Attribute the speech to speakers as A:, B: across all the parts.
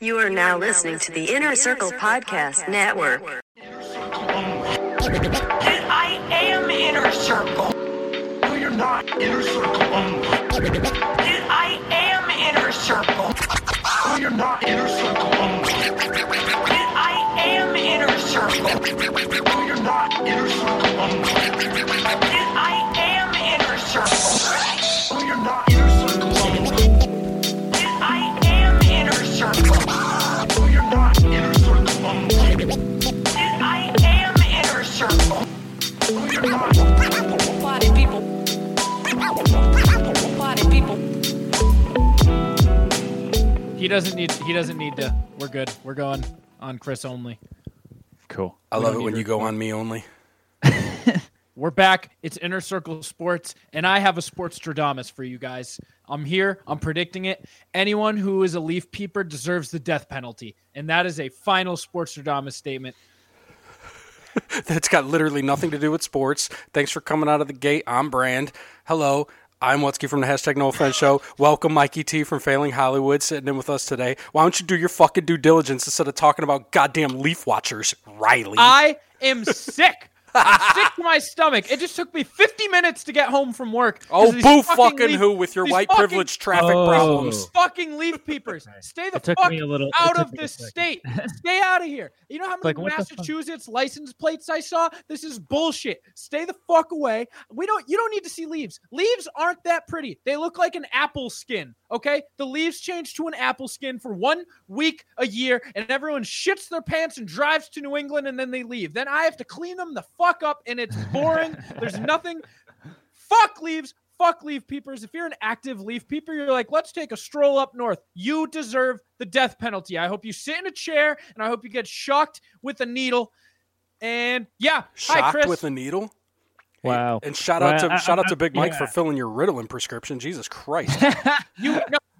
A: You are now listening to the Inner Circle Podcast Network.
B: that I am inner circle. No, you're not inner circle only. That I am inner circle. No, you're not inner circle only. That I am inner circle. No, you're not inner circle only. That I am inner circle. No, you're not inner circle only. That I am inner circle. No, you're not inner circle only. That I am inner circle. No, you're not.
C: Party people. Party people.
D: He doesn't need. He doesn't need to. We're good. We're going on Chris only.
E: Cool.
F: I
D: We
F: love
D: don't need
F: it when
D: to
F: you go on me only.
D: We're back. It's Inner Circle Sports, and I have a sports Stradamus for you guys. I'm here. I'm predicting it. Anyone who is a Leaf peeper deserves the death penalty, and that is a final sports Stradamus statement.
F: That's got literally nothing to do with sports. Thanks for coming out of the gate. I'm Brand. Hello. I'm Wutzke from the hashtag No Offense Show. Welcome, Mikey T from Failing Hollywood, sitting in with us today. Why don't you do your fucking due diligence instead of talking about goddamn Leaf Watchers, Riley?
D: I am sick. I'm sick to my stomach. It just took me 50 minutes to get home from work. 'cause
F: oh,
D: of these
F: boo fucking,
D: Leaf-
F: who with your
D: these
F: white
D: fucking-
F: privilege traffic
E: Oh.
F: problems.
D: Fucking leaf peepers, stay the
E: It took
D: fuck
E: me a little- it
D: out
E: took
D: of
E: me a
D: this
E: second.
D: state. Stay out of here. You know how many
E: Like, what the fuck?
D: Massachusetts license plates I saw? This is bullshit. Stay the fuck away. We don't. You don't need to see leaves. Leaves aren't that pretty. They look like an apple skin. Okay, the leaves change to an apple skin for one week a year, and everyone shits their pants and drives to New England, and then they leave. Then I have to clean them the fuck up, and it's boring. There's nothing fuck leaves fuck leaf peepers if you're an active leaf peeper you're like let's take a stroll up north you deserve the death penalty i hope you sit in a chair and i hope you get shocked with a needle and yeah hi
F: Shocked
D: chris
F: with a needle.
E: Wow.
F: And shout out
E: Well,
F: to
E: I-
F: shout out
E: I-
F: to Big Mike
E: yeah.
F: for filling your Ritalin prescription. Jesus Christ.
D: you, no,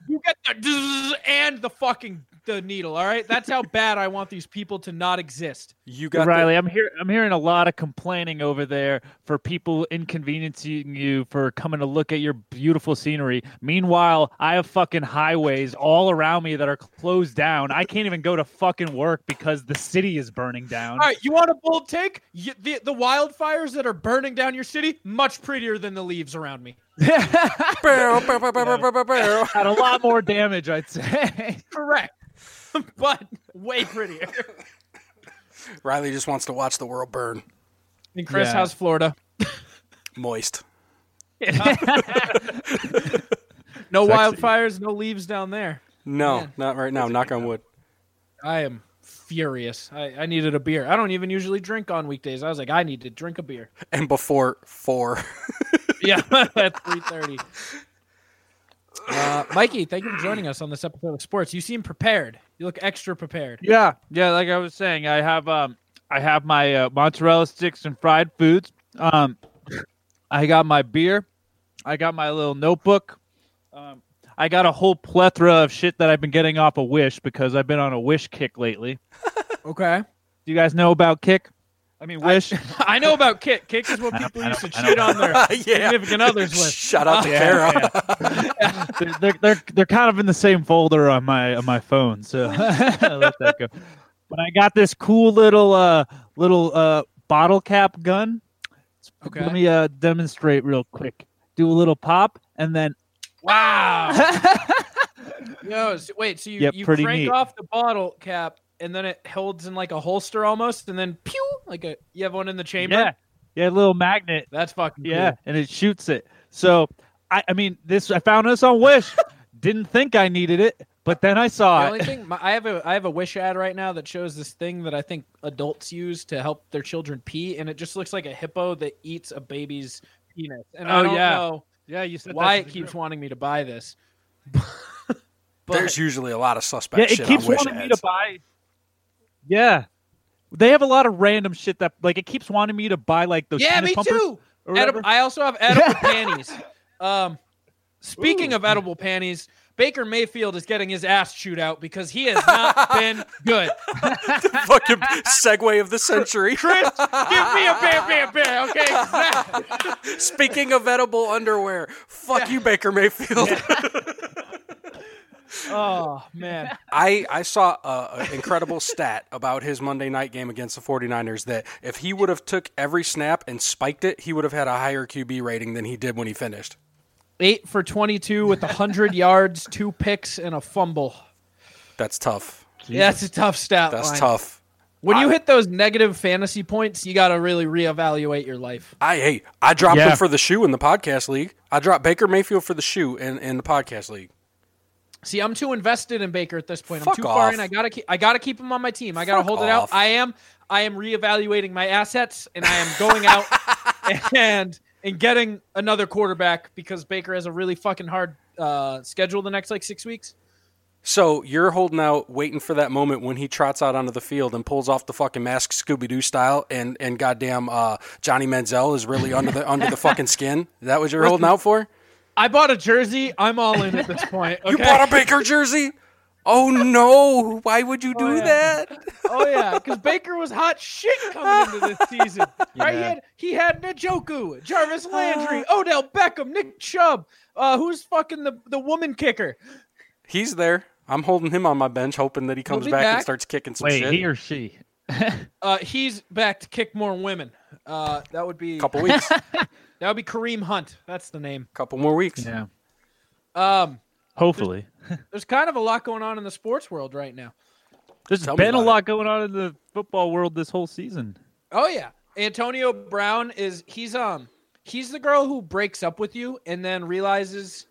D: you get the dzz and the fucking the needle all right that's how bad i want these people to not exist
F: You got the-
E: Riley, I'm here. I'm hearing a lot of complaining over there for people inconveniencing you for coming to look at your beautiful scenery. Meanwhile, I have fucking highways all around me that are closed down. I can't even go to fucking work because the city is burning down.
D: all right you want a bold take You- the, the wildfires that are burning down your city much prettier than the leaves around me
F: Bow, bow, bow, bow, bow, bow, bow, bow.
E: Had a lot more damage, I'd say.
D: correct but way prettier
F: Riley just wants to watch the world burn.
D: and chris
E: Yeah.
D: how's florida
F: Moist.
D: No
E: Sexy.
D: wildfires, no leaves down there.
F: No, not right now. Knock on wood.
D: I am furious. I, I needed a beer. I don't even usually drink on weekdays. I was like, I need to drink a beer.
F: And before four.
D: Yeah, at three thirty. Uh, Mikey, thank you for joining us on this episode of sports. You seem prepared. You look extra prepared.
E: Yeah, yeah. Like I was saying, I have um, I have my uh, mozzarella sticks and fried foods. Um, I got my beer. I got my little notebook. Um, I got a whole plethora of shit that I've been getting off of Wish because I've been on a Wish kick lately.
D: Okay.
E: Do you guys know about Kick? I mean, Wish.
D: I know about Kick. Kick is what
E: I know-
D: people
E: I know-
D: used to
E: I know.
D: cheat on their
F: yeah.
D: significant others with.
F: Shout out to Kara.
E: yeah. they're, they're, they're, they're kind of in the same folder on my on my phone, so I let that go. But I got this cool little uh little uh bottle cap gun.
D: Okay.
E: Let me uh demonstrate real quick. Do a little pop and then
D: Wow. Yo, so, wait. So you
E: Yep,
D: you
E: pretty
D: crank
E: neat.
D: off the bottle cap, and then it holds in like a holster almost, and then pew, like a you have one in the chamber.
E: yeah, yeah, little magnet.
D: That's fucking
E: Yeah, and it shoots it. So I I mean this I found this on Wish. Didn't think I needed it, but then
D: Cool. The
E: I saw
D: only
E: it.
D: thing my, I have a I have a wish ad right now that shows this thing that I think adults use to help their children pee, and it just looks like a hippo that eats a baby's penis. And I
E: Oh,
D: don't
E: yeah.
D: know
E: Yeah, you said
D: why it keeps wanting me to buy this. but
F: There's usually a lot of suspect
E: yeah, it
F: shit
E: keeps
F: on Wish
E: wanting me
F: ads.
E: to buy. Yeah, they have a lot of random shit that like it keeps wanting me to buy like those.
D: yeah,
E: penis
D: me
E: pumpers
D: too.
E: or
D: Edib-
E: whatever.
D: I also have edible panties. Um, speaking of edible panties, Baker Mayfield is getting his ass chewed out because he has not been good.
F: Fucking segue of the century.
D: Chris, give me a bear, bear, bear. Okay, Zach,
F: Speaking of edible underwear, fuck you, Baker Mayfield.
E: Oh man.
F: I, I saw a- an incredible stat about his Monday night game against the 49ers that if he would have took every snap and spiked it, he would have had a higher QB rating than he did when he finished.
D: Eight for 22 with 100 yards, two picks, and a fumble.
F: That's tough.
D: Yeah, that's a tough stat.
F: That's
D: line.
F: tough.
D: When you hit those negative fantasy points, you got to really reevaluate your life.
F: I hey, I dropped
E: Yeah.
F: him for the shoe in the podcast league. I dropped Baker Mayfield for the shoe in, in the podcast league.
D: See, I'm too invested in Baker at this point.
F: Fuck
D: I'm too far
F: off.
D: in. I gotta keep. I gotta keep him on my team. I gotta
F: Fuck
D: hold it
F: off.
D: out. I am. I am reevaluating my assets, and I am going out and and getting another quarterback because Baker has a really fucking hard uh, schedule the next like six weeks.
F: So you're holding out, waiting for that moment when he trots out onto the field and pulls off the fucking mask, Scooby Doo style, and and goddamn uh, Johnny Manziel is really under the under the fucking skin. Is that what you're holding out for?
D: I bought a jersey. I'm all in at this point. Okay?
F: You bought a Baker jersey? Oh no! Why would you do
D: yeah.
F: that?
D: oh yeah, because Baker was hot shit coming into this season. Right?
E: Yeah.
D: He had he had Njoku, Jarvis Landry, Odell Beckham, Nick Chubb. Uh, who's fucking the the woman kicker?
F: He's there. I'm holding him on my bench, hoping that he comes
D: be
F: back, and
D: back.
F: starts kicking some
E: Wait,
F: shit.
E: he or she?
D: Uh, he's back to kick more women. Uh, that would be
F: Couple weeks,
D: that would be Kareem Hunt. That's the name.
F: couple more weeks.
E: Yeah.
D: Um,
E: Hopefully.
D: there's kind of a lot going on in the sports world right now.
E: There's
F: Tell me
E: been a
F: about
E: lot going on in the football world this whole season.
D: Oh yeah, Antonio Brown is he's um he's the girl who breaks up with you and then realizes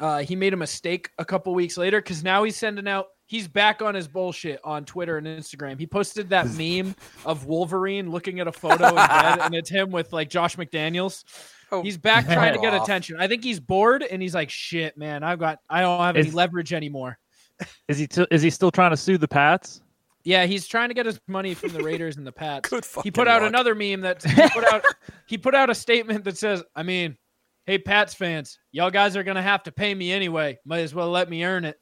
D: uh, he made a mistake a couple weeks later because now he's sending out he's back on his bullshit on Twitter and Instagram. He posted that meme of Wolverine looking at a photo in bed and it's him with like Josh McDaniels.
F: Oh,
D: He's back trying to get
F: off.
D: attention. I think he's bored and he's like, "Shit, man, I've got I don't have any
E: Is-
D: leverage anymore."
E: Is he t- is he still trying to sue the Pats?
D: Yeah, he's trying to get his money from the Raiders and the Pats.
F: Good
D: he
F: fucking
D: put out
F: luck.
D: another meme that he put out he put out a statement that says, I mean, hey Pats fans, y'all guys are gonna have to pay me anyway. Might as well let me earn it.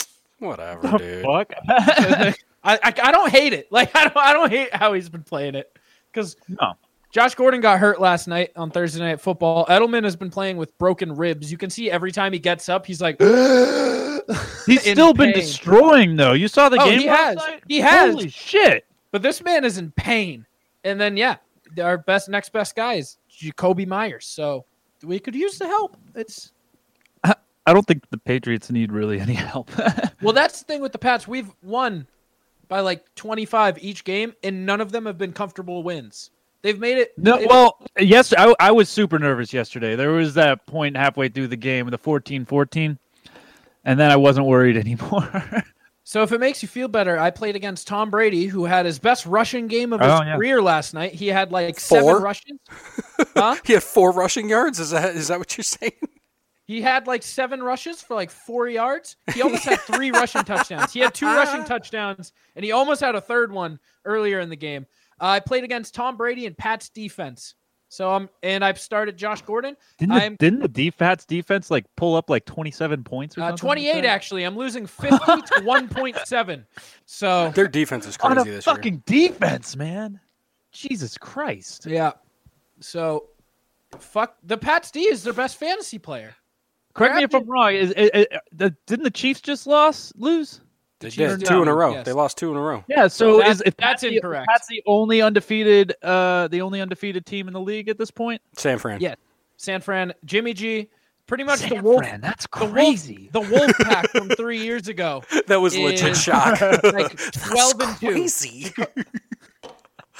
F: Whatever, dude.
E: Fuck.
D: I, I I don't hate it. Like I don't I don't hate how he's been playing it. Because
E: no.
D: Josh Gordon got hurt last night on Thursday night football. Edelman has been playing with broken ribs. You can see every time he gets up, he's like
E: He's
D: In
E: still been
D: pain.
E: destroying though. You saw the
D: Oh,
E: game
D: he
E: last
D: has.
E: night?
D: He has.
E: Holy shit.
D: But this man is in pain. And then yeah, our best next best guy is Jacoby Myers. So we could use the help. It's
E: I don't think the Patriots need really any help.
D: well that's the thing with the Pats. We've won by like twenty five each game, and none of them have been comfortable wins. They've made it
E: no,
D: they've-
E: well, yes, I, I was super nervous yesterday. There was that point halfway through the game, the 14-14, and then I wasn't worried anymore.
D: So if it makes you feel better, I played against Tom Brady, who had his best rushing game of his
E: Oh, yeah.
D: career last night. He had like
F: Four?
D: seven rushes. huh?
F: He had four rushing yards. Is that is that what you're saying?
D: He had like seven rushes for like four yards. He almost had three rushing touchdowns. He had two rushing touchdowns, and he almost had a third one earlier in the game. Uh, I played against Tom Brady and Pat's defense. So I'm and I've started Josh Gordon.
E: Didn't
D: I'm
E: the, didn't the defense defense like pull up like 27 points or
D: uh,
E: something?
D: 28 actually. I'm losing 50 to 1.7. So
F: Their defense is
E: on
F: crazy
E: a
F: this year.
E: fucking defense, man. Jesus Christ.
D: yeah. So fuck the Pat's D is their best fantasy player.
E: Correct me if I'm wrong. Is, i- i- the, didn't the Chiefs just loss lose?
F: They
D: Chiefs
F: did
D: did.
F: two in a row.
D: Yes.
F: They lost two in a row.
E: Yeah. So
D: That-
E: is if
D: that's
E: the-
D: incorrect.
E: That's the only undefeated, uh, the only undefeated team in the league at this point.
F: San Fran.
D: Yeah. San Fran, Jimmy G, pretty much the
E: San
D: wolf
E: Fran, that's
D: the wolf-
E: crazy.
D: The wolf pack from 3 years ago.
F: That was legit
D: Is-
F: shock.
D: like 12 and 2.
F: Crazy.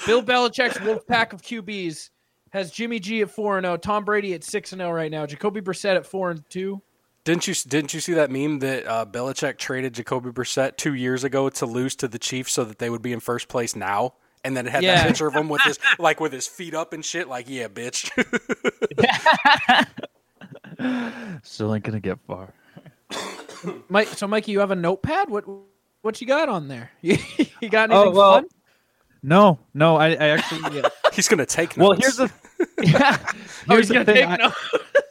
D: Bill Belichick's wolf pack of QBs has Jimmy G at 4 and 0, Tom Brady at 6 and 0 right now, Jacoby Brissett at 4 and 2.
F: Didn't you didn't you see that meme that uh, Belichick traded Jacoby Brissett two years ago to lose to the Chiefs so that they would be in first place now? And then it had that
D: Yeah.
F: picture of him with his like with his feet up and shit. Like, yeah, bitch.
E: Still ain't gonna get far.
D: Mike, so Mikey, you have a notepad? What what you got on there? you got anything
E: Oh, well,
D: fun?
E: No, no. I, I actually. Yeah.
F: He's gonna take.
E: well,
F: notes.
E: here's the. Yeah,
D: Oh,
E: here's the thing. I-
D: no-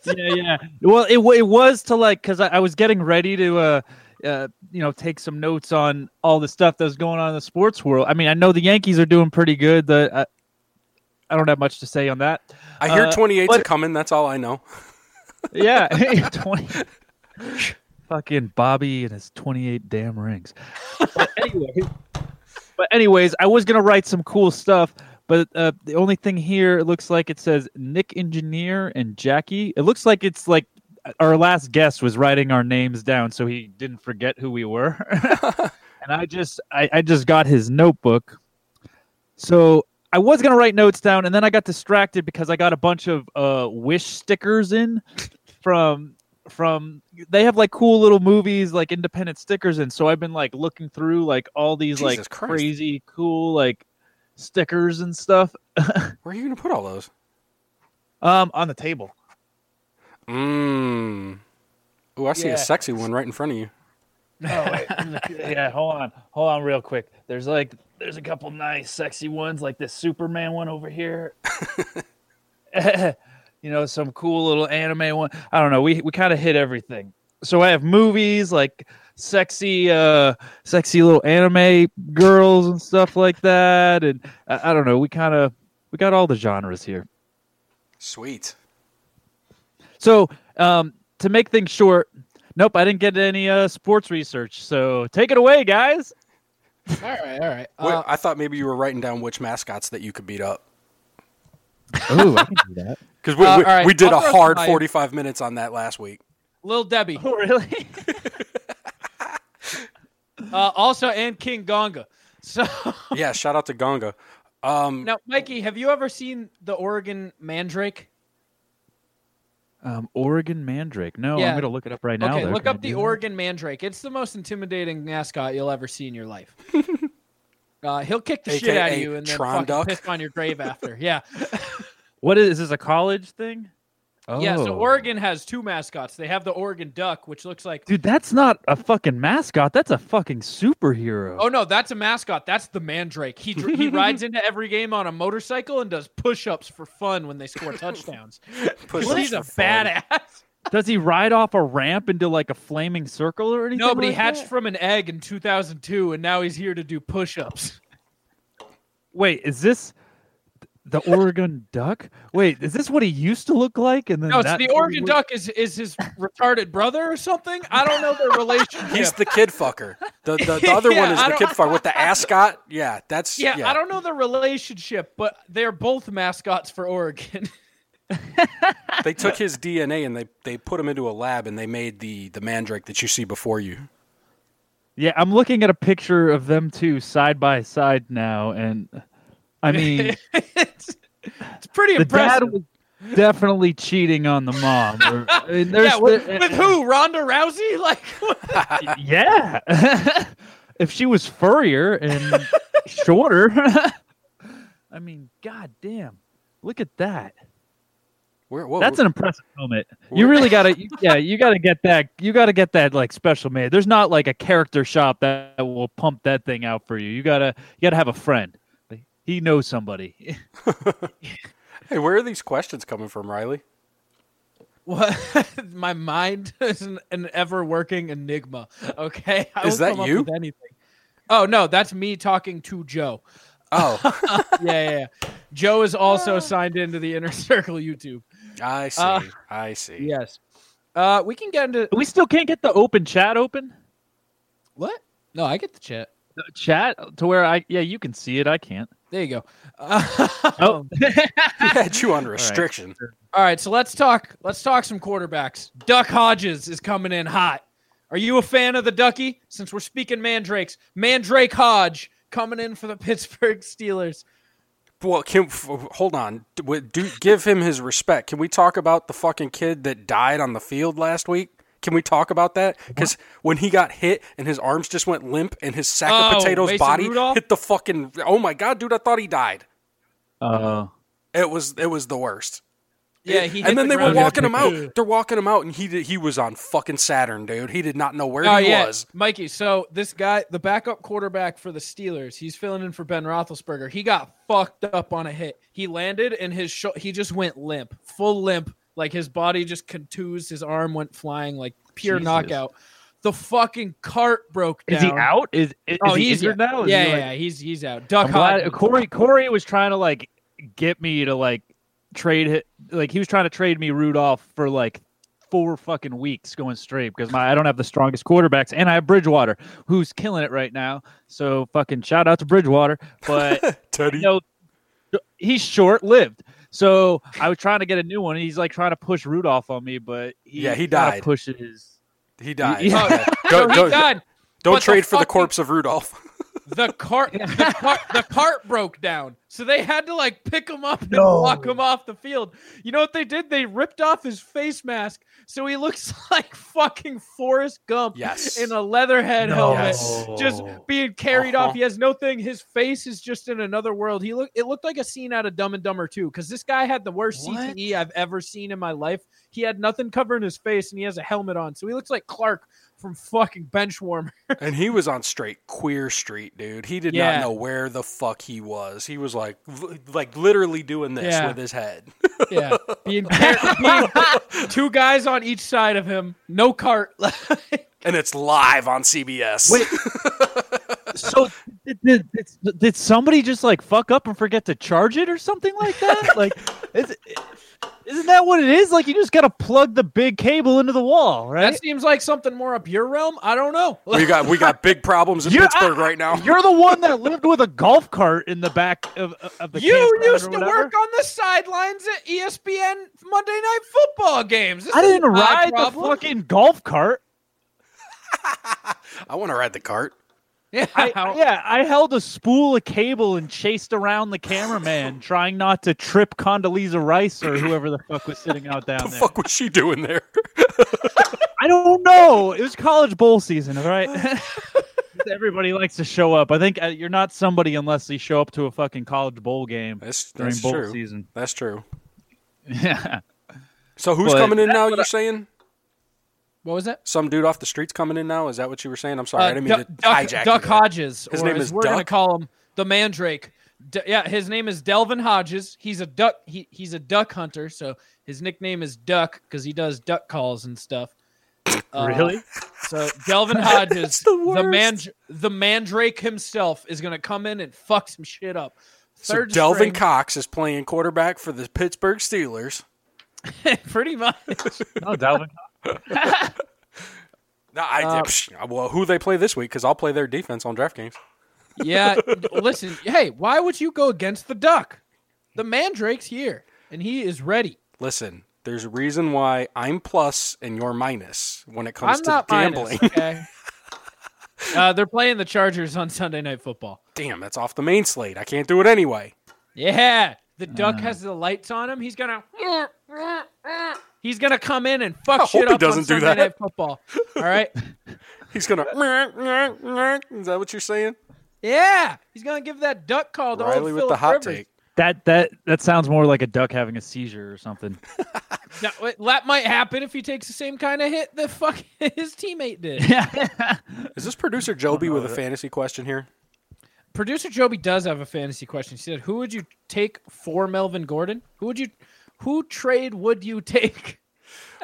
E: yeah, yeah. Well, it wa- it was to like because I, I was getting ready to uh, uh, you know, take some notes on all the stuff that's going on in the sports world. I mean, I know the Yankees are doing pretty good. The I, I don't have much to say on that.
F: I hear
E: uh,
F: twenty eights
E: but-
F: are coming. That's all I know.
E: Yeah, twenty. fucking Bobby and his 28 damn rings. But anyway, but anyways, I was gonna write some cool stuff, but uh, the only thing here it looks like it says Nick Engineer and Jackie. It looks like it's like our last guest was writing our names down so he didn't forget who we were. and I just I, I just got his notebook. So I was gonna write notes down, and then I got distracted because I got a bunch of uh, wish stickers in from from they have like cool little movies like independent stickers and so i've been like looking through like all these
F: Jesus
E: like
F: Christ.
E: crazy cool like stickers and stuff
F: Where are you going to put all those?
E: um on the table
F: Mmm. Ooh, I see
E: Yeah.
F: a sexy one right in front of you.
E: oh wait yeah hold on hold on real quick there's like there's a couple nice sexy ones like this superman one over here you know some cool little anime one i don't know we we kind of hit everything so i have movies like sexy uh sexy little anime girls and stuff like that and i, I don't know we kind of we got all the genres here
F: Sweet.
E: so um to make things short nope i didn't get any uh sports research so take it away guys
D: All right, all right. Uh,
F: Wait, I thought maybe you were writing down which mascots that you could beat up.
E: Ooh, I can do that.
F: Because we,
D: Uh,
F: we,
D: all right,
F: we did
D: I'll
F: a
D: throw
F: hard
D: some-
F: 45 minutes on that last week.
D: Little Debbie.
E: Oh, really?
D: Uh, also, and King Gonga. So
F: Yeah, shout out to Gonga. Um,
D: now, Mikey, have you ever seen the Oregon Mandrake?
E: Um, Oregon Mandrake. No,
D: Yeah.
E: I'm gonna look it up right now.
D: okay,
E: though.
D: look
E: Can I
D: up the
E: do that?
D: Oregon Mandrake. It's the most intimidating mascot you'll ever see in your life. uh, he'll kick the shit
F: AKA
D: out of you and then
F: Tron
D: fucking
F: Duck.
D: piss on your grave after. Yeah,
E: What is, is this? A college thing? Oh.
D: yeah. So Oregon has two mascots. They have the Oregon Duck, which looks like.
E: Dude, that's not a fucking mascot. That's a fucking superhero.
D: Oh no, that's a mascot. That's the Mandrake. He dr- he rides into every game on a motorcycle and does push-ups for fun when they score touchdowns.
F: push
D: He's a
F: for fun.
D: badass.
E: Does he ride off a ramp into like a flaming circle or anything?
D: No, but he
E: like
D: hatched
E: that?
D: from an egg in 2002, and now he's here to do push-ups.
E: Wait, is this the Oregon Duck? Wait, is this what he used to look like? And then
D: No, it's
E: that-
D: the Oregon Duck is is his retarded brother or something. I don't know their relationship.
F: He's the kid fucker. The, the, the other
D: Yeah,
F: one is
D: I
F: the
D: don't-
F: kid fucker with the ascot. Yeah, that's.
D: yeah, I don't know the relationship, but they're both mascots for Oregon.
F: They took his DNA and they, they put him into a lab and they made the, the mandrake that you see before you.
E: Yeah, I'm looking at a picture of them two side by side now, and I mean.
D: it's, it's pretty
E: the
D: impressive.
E: dad was definitely cheating on the mom. or- I mean, there's
D: yeah, with,
E: the- uh,
D: with who? Ronda Rousey? Like,
E: yeah. if she was furrier and shorter, I mean, goddamn, look at that.
F: Where, whoa,
E: That's an impressive moment. You
F: Whoa.
E: really gotta, you- yeah, you gotta get that. You gotta get that like special made. There's not like a character shop that will pump that thing out for you. You gotta, you gotta have a friend. He knows somebody.
F: hey, where are these questions coming from, Riley?
D: what? My mind is an, an ever-working enigma. Okay, I
F: Is
D: will
F: that
D: come up
F: you?
D: with anything? Oh no, that's me talking to Joe.
F: Oh,
D: yeah, yeah, yeah. Joe is also signed into the Inner Circle YouTube.
F: I see.
D: Uh,
F: I see.
D: Yes. Uh, we can get into
E: we still can't get the open chat open.
D: what? No, I get the chat.
E: The chat to where I yeah you can see it I can't
D: There you go. Uh,
E: oh
F: He had you under restriction.
D: all right, so let's talk. Let's talk some quarterbacks. Duck Hodges is coming in hot. Are you a fan of the Ducky? Since we're speaking Mandrakes, Mandrake Hodge coming in for the Pittsburgh Steelers.
F: Well, can f- hold on. D- w- Do give him his respect. Can we talk about the fucking kid that died on the field last week? Can we talk about that? Because when he got hit and his arms just went limp and his sack
D: Oh,
F: of potatoes
D: Mason
F: body
D: Rudolph?
F: hit the fucking. Oh my god, dude! I thought he died.
E: uh,
F: It was it was the worst.
D: Yeah, he hit
F: and then
D: the
F: they were
D: ground.
F: walking him out. They're walking him out, and he did, he was on fucking Saturn, dude. He did not know where
D: Oh
F: he
D: yeah,
F: was.
D: Mikey. So this guy, the backup quarterback for the Steelers, he's filling in for Ben Roethlisberger. He got fucked up on a hit. He landed and his sho- he just went limp, full limp. Like his body just contused. His arm went flying, like pure
E: Jesus.
D: knockout. The fucking cart broke down.
E: is he out is is,
D: Oh,
E: is he
D: he's
E: injured
D: yeah.
E: now Is he,
D: yeah,
E: like-
D: yeah, yeah, he's he's out. Duck
E: I'm glad,
D: Hodges.
E: Corey Corey was trying to like get me to like trade hi- like he was trying to trade me Rudolph for like four fucking weeks going straight because my I don't have the strongest quarterbacks, and I have Bridgewater, who's killing it right now. So fucking shout out to Bridgewater, but
F: Teddy.
E: you know, he's short lived. So I was trying to get a new one. and He's like trying to push Rudolph on me, but he
F: Yeah, he
E: kinda
F: died.
E: Pushes.
F: He died.
E: Yeah.
F: Okay.
D: Oh, So
F: Don't,
D: he
F: don't,
D: died.
F: don't
D: But the
F: trade for the
D: fucking-
F: corpse of Rudolph.
D: The cart, the cart, the cart broke down, so they had to like pick him up and
E: No.
D: walk him off the field. You know what they did? They ripped off his face mask, so he looks like fucking Forrest Gump
F: Yes.
D: in a leatherhead
E: No.
D: helmet,
E: Yes.
D: just being carried
F: Uh-huh.
D: off. He has no thing. His face is just in another world. He look. It looked like a scene out of Dumb and Dumber too, because this guy had the worst
E: What?
D: CTE I've ever seen in my life. He had nothing covering his face, and he has a helmet on, so he looks like Clark from fucking Benchwarmer.
F: and he was on straight queer street, dude. He did
D: Yeah.
F: not know where the fuck he was. He was like, v- like literally doing this
D: Yeah.
F: with his head.
D: Yeah, being, par- being- two guys on each side of him, no cart.
F: and it's live on CBS.
E: Wait. So did, did, did- did somebody just like fuck up and forget to charge it or something like that? like, is, isn't that what it is? Like, you just gotta plug the big cable into the wall, right?
D: that seems like something more up your realm. I don't know.
F: we got we got big problems in
E: You-
F: Pittsburgh right now.
E: You're the one that lived with a golf cart in the back of, of the
D: You
E: campground or
D: used to
E: whatever.
D: work on the sidelines at E ESPN Monday Night Football games. This
E: I
D: isn't
E: didn't
D: my
E: ride the
D: problem.
E: fucking golf cart.
F: I want to ride the cart.
D: Yeah,
E: I,
D: I-
E: yeah, I held a spool of cable and chased around the cameraman, trying not to trip Condoleezza Rice or whoever the fuck was sitting out down
F: The
E: there.
F: fuck was she doing there?
E: I don't know. It was college bowl season, all right. Everybody likes to show up. I think uh, you're not somebody unless you show up to a fucking college bowl game
F: That's,
E: during
F: that's
E: bowl
F: true.
E: season.
F: That's true.
E: Yeah.
F: So who's
E: But-
F: coming in now? You're saying
D: What was that?
F: some dude off the streets coming in now? Is that what you were saying? I'm sorry, I didn't mean
D: Uh,
F: to
D: Du- Duck,
F: hijack.
D: Duck
F: you there.
D: Hodges.
F: His
D: or
F: name
D: as
F: is
D: we're gonna
F: Duck?
D: call him the Mandrake. D- yeah, his name is Delvin Hodges. He's a duck. He, he's a duck hunter. So his nickname is Duck because he does duck calls and stuff. Uh,
E: Really?
D: So Delvin Hodges,
F: the
D: the,
F: worst.
D: man, the Mandrake himself, is gonna come in and fuck some shit up.
F: So
D: Third
F: Delvin
D: string-
F: Cox is playing quarterback for the Pittsburgh Steelers.
D: pretty much.
E: No, Dalvin.
F: No, I,
D: Uh,
F: psh, well, who they play this week? Because I'll play their defense on DraftKings.
D: Yeah. Listen, hey, why would you go against the duck? The Mandrake's here and he is ready.
F: Listen, there's a reason why I'm plus and you're minus when it comes
D: I'm
F: to
D: not
F: gambling.
D: minus, okay. uh, they're playing the Chargers on Sunday Night Football.
F: Damn, that's off the main slate. I can't do it anyway.
D: Yeah, the
F: Uh.
D: duck has the lights on him. He's gonna. He's gonna come in and fuck
F: I
D: shit
F: hope
D: up
F: he
D: on
F: doesn't do
D: Sunday
F: that.
D: Night Football. All right.
F: He's gonna. is that what you're saying?
D: Yeah, he's gonna give that duck call to old
F: Riley with
D: Phillip
F: the hot
D: Rivers.
F: take.
E: That that that sounds more like a duck having a seizure or something.
D: Now, wait, that might happen if he takes the same kind of hit that fuck his teammate did.
E: Yeah.
F: Is this producer Joby with a fantasy question here?
D: Producer Joby does have a fantasy question. She said, "Who would you take for Melvin Gordon? Who would you, who trade would you take?"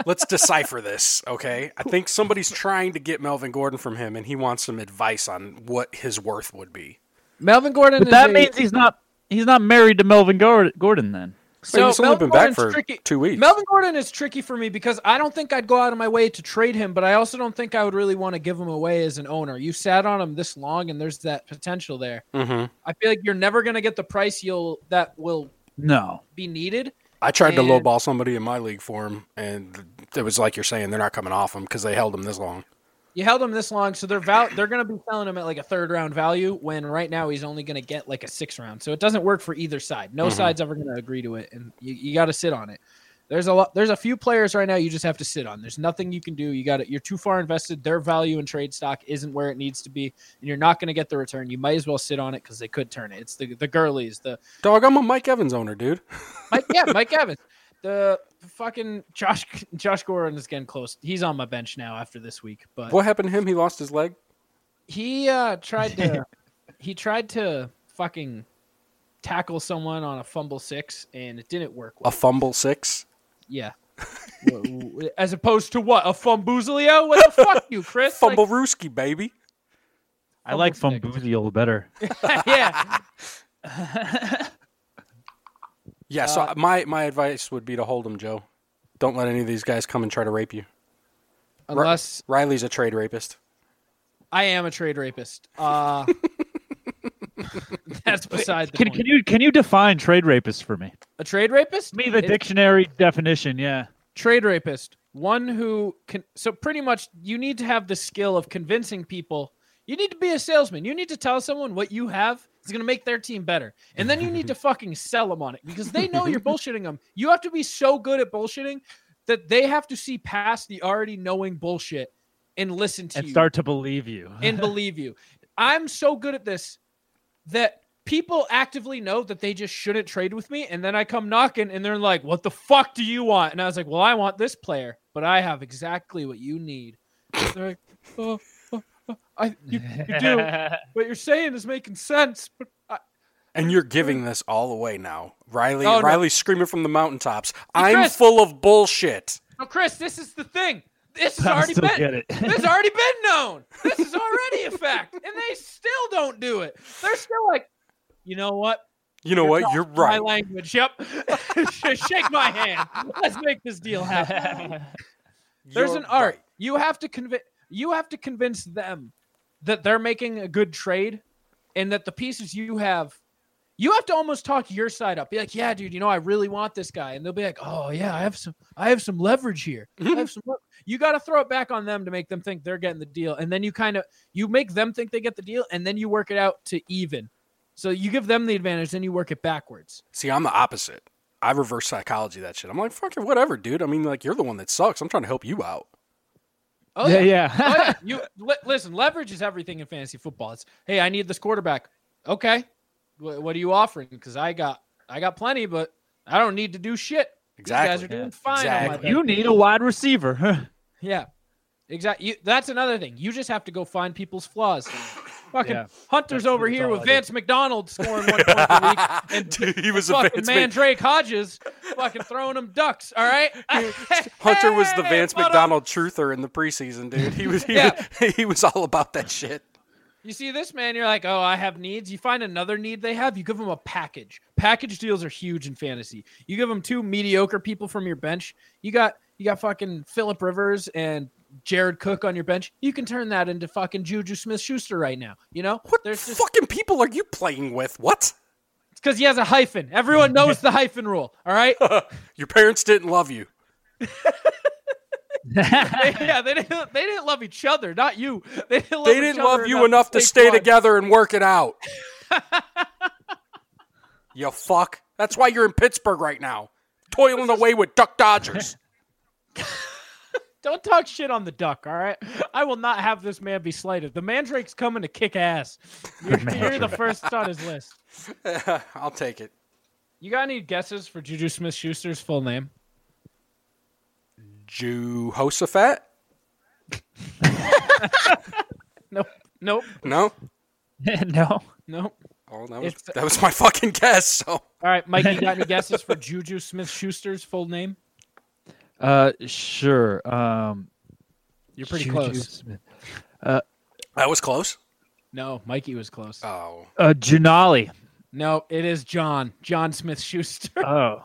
F: Let's decipher this, okay? I think somebody's trying to get Melvin Gordon from him, and he wants some advice on what his worth would be.
D: Melvin Gordon.
E: But
D: is
E: that
D: a-
E: means he's not he's not married to Melvin Gor- Gordon then.
F: Well, he's only been back for two weeks.
D: Melvin Gordon is tricky for me because I don't think I'd go out of my way to trade him, but I also don't think I would really want to give him away as an owner. You sat on him this long, and there's that potential there.
F: Mm-hmm.
D: I feel like you're never going to get the price you'll that will
E: No.
D: be needed.
F: I tried to
D: And-
F: lowball somebody in my league for him, and it was like you're saying they're not coming off him because they held him this long.
D: You held him this long, so they're val- they're going to be selling him at like a third round value when right now he's only going to get like a six round. So it doesn't work for either side. No side's ever going to agree to it, and you, you got to sit on it. There's a lot. There's a few players right now you just have to sit on. There's nothing you can do. You got to You're too far invested. Their value in trade stock isn't where it needs to be, and you're not going to get the return. You might as well sit on it because they could turn it. It's the the Gurleys, the
F: Dog, I'm a Mike Evans owner, dude.
D: Mike, yeah, Mike Evans, the fucking Josh Josh Gordon is getting close. He's on my bench now after this week, but
F: What happened to him? He lost his leg.
D: he uh tried to he tried to fucking tackle someone on a fumble six and it didn't work well.
F: A fumble six.
D: yeah W- w- as opposed to what a fumbuzlio what the fuck you chris Like,
F: Fumble Rooski, baby.
E: I like
D: Fumble stick.
E: Fumbuziel better.
D: yeah Uh,
F: Yeah, so my, my advice would be to hold him, Joe. Don't let any of these guys come and try to rape you. Ri-
D: Unless
F: Riley's a trade rapist.
D: I am a trade rapist. Uh, that's beside the
E: Can,
D: point.
E: can you can you define trade rapist for me?
D: a trade rapist?
E: Give me the
D: It's
E: dictionary definition. Yeah.
D: trade rapist. One who can. So pretty much, you need to have the skill of convincing people. You need to be a salesman. You need to tell someone what you have is going to make their team better, and then you need to fucking sell them on it because they know you're bullshitting them. You have to be so good at bullshitting that they have to see past the already knowing bullshit and listen to
E: And
D: you.
E: start to believe you.
D: and believe you. I'm so good at this that people actively know that they just shouldn't trade with me. And then I come knocking and they're like, What the fuck do you want? And I was like, Well, I want this player, but I have exactly what you need. They're like, Oh, oh, oh, I, you, you do. What you're saying is making sense. But I,
F: And you're giving this all away now. Riley
D: Oh, no.
F: Riley's screaming from the mountaintops. I'm
D: Chris-
F: full of bullshit.
D: now, Chris, this is the thing. This has
E: I
D: already
E: still
D: been
E: get it.
D: this has already been known. This is already a fact. And they still don't do it. They're still like, you know what?
F: You know what? You're
D: my
F: right.
D: language. Yep. Shake my hand. Let's make this deal happen. There's
F: You're
D: an art.
F: right.
D: You have to convince you have to convince them that they're making a good trade and that the pieces you have you have to almost talk your side up. Be like, "Yeah, dude, you know I really want this guy." And they'll be like, "Oh, yeah, I have some I have some leverage here. I have some lev-" You got to throw it back on them to make them think they're getting the deal. And then you kind of you make them think they get the deal and then you work it out to even. So you give them the advantage, then you work it backwards.
F: See, I'm the opposite. I reverse psychology that shit. I'm like, fucking whatever, dude. I mean, like, you're the one that sucks. I'm trying to help you out.
D: Oh
E: yeah,
D: yeah,
E: yeah.
D: Oh, yeah. You li- listen. Leverage is everything in fantasy football. It's hey, I need this quarterback. Okay, Wh- what are you offering? Because I got I got plenty, but I don't need to do shit. These guys
F: Exactly.
D: are doing fine.
F: Exactly.
D: On my
E: you need a wide receiver.
D: yeah, exactly. That's another thing. You just have to go find people's flaws. Fucking
E: Yeah.
D: Hunter's over
E: that's
D: here
E: all
D: with
E: I do.
D: Vance McDonald scoring one point a week, and
F: Dude, he was a
D: fucking
F: Vance
D: man
F: Mc-
D: Drake Hodges fucking throwing them ducks. All right,
F: Hunter was the
D: Hey,
F: Vance
D: mother-
F: McDonald truther in the preseason, dude. He was he,
D: Yeah.
F: was, he was all about that shit.
D: You see this man, you're like, oh, I have needs. You find another need they have, you give them a package. Package deals are huge in fantasy. You give them two mediocre people from your bench. You got you got fucking Philip Rivers and Jared Cook on your bench. You can turn that into fucking Juju Smith Schuster right now. You know,
F: What
D: there's just
F: fucking people are you playing with? What?
D: because he has a hyphen. Everyone knows the hyphen rule. All right,
F: Your parents didn't love you.
D: yeah, they didn't they didn't love each other, not you. They didn't love,
F: They
D: each
F: didn't
D: other
F: love you enough to stay
D: fun.
F: together and work it out. you fuck. That's why you're in Pittsburgh right now, toiling away with Duck Dodgers.
D: Don't talk shit on the duck, all right? I will not have this man be slighted. The Mandrake's coming to kick ass. You're, you're the first on his list.
F: I'll take it.
D: You got any guesses for Juju Smith Schuster's full name?
F: Jehoshaphat?
D: Nope. Nope.
F: No.
E: no.
D: Nope.
F: Oh, that was
D: It's-
F: that was my fucking guess. So
D: All right, Mike, you got any guesses for Juju Smith Schuster's full name?
E: Uh, sure. Um,
D: You're pretty
E: Juju
D: close.
E: Smith-
F: that was close.
D: No, Mikey was close.
F: Oh,
E: Uh, Janali.
D: No, it is John. John Smith Schuster.
E: Oh.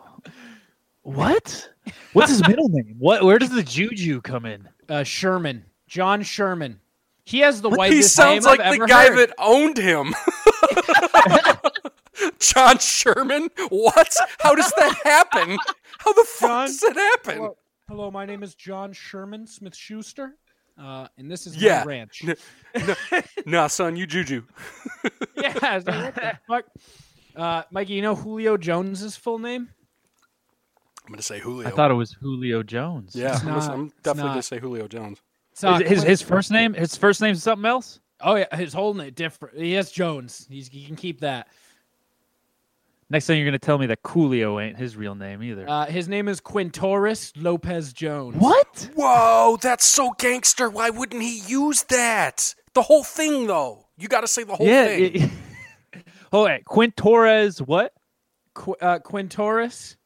E: What? What's his middle name? What? Where does the juju come in?
D: Uh, Sherman. John Sherman. He has the
F: But
D: whitest
F: he sounds
D: name
F: like
D: I've
F: the
D: ever
F: guy
D: heard.
F: that owned him. John Sherman? What? How does that happen? How the fuck
D: John-
F: does that happen?
D: Hello, hello, my name is John Sherman Smith Schuster, uh, and this is
F: Yeah.
D: my ranch.
F: N- Nah, son, you juju.
D: yeah, I was like, what the fuck? Uh, Mikey, you know Julio Jones's full name?
F: I'm gonna say Julio.
E: I thought it was Julio Jones.
F: yeah,
D: It's
F: I'm, gonna-
D: not-
F: I'm
D: it's
F: definitely gonna
D: not.
F: say Julio Jones.
D: It's
E: Is
D: not
E: it his
D: Clint-
E: his first name? His first name's something else.
D: oh yeah, his whole name different. He has Jones. He's, he can keep that.
E: Next thing you're gonna tell me that Coolio ain't his real name either.
D: Uh, his name is Quintoris Lopez Jones.
E: what?
F: Whoa, that's so gangster. Why wouldn't he use that? The whole thing, though. You got to say the whole
E: yeah.
F: thing.
E: it- oh wait, Quintores. What?
D: Qu- uh, Quintoris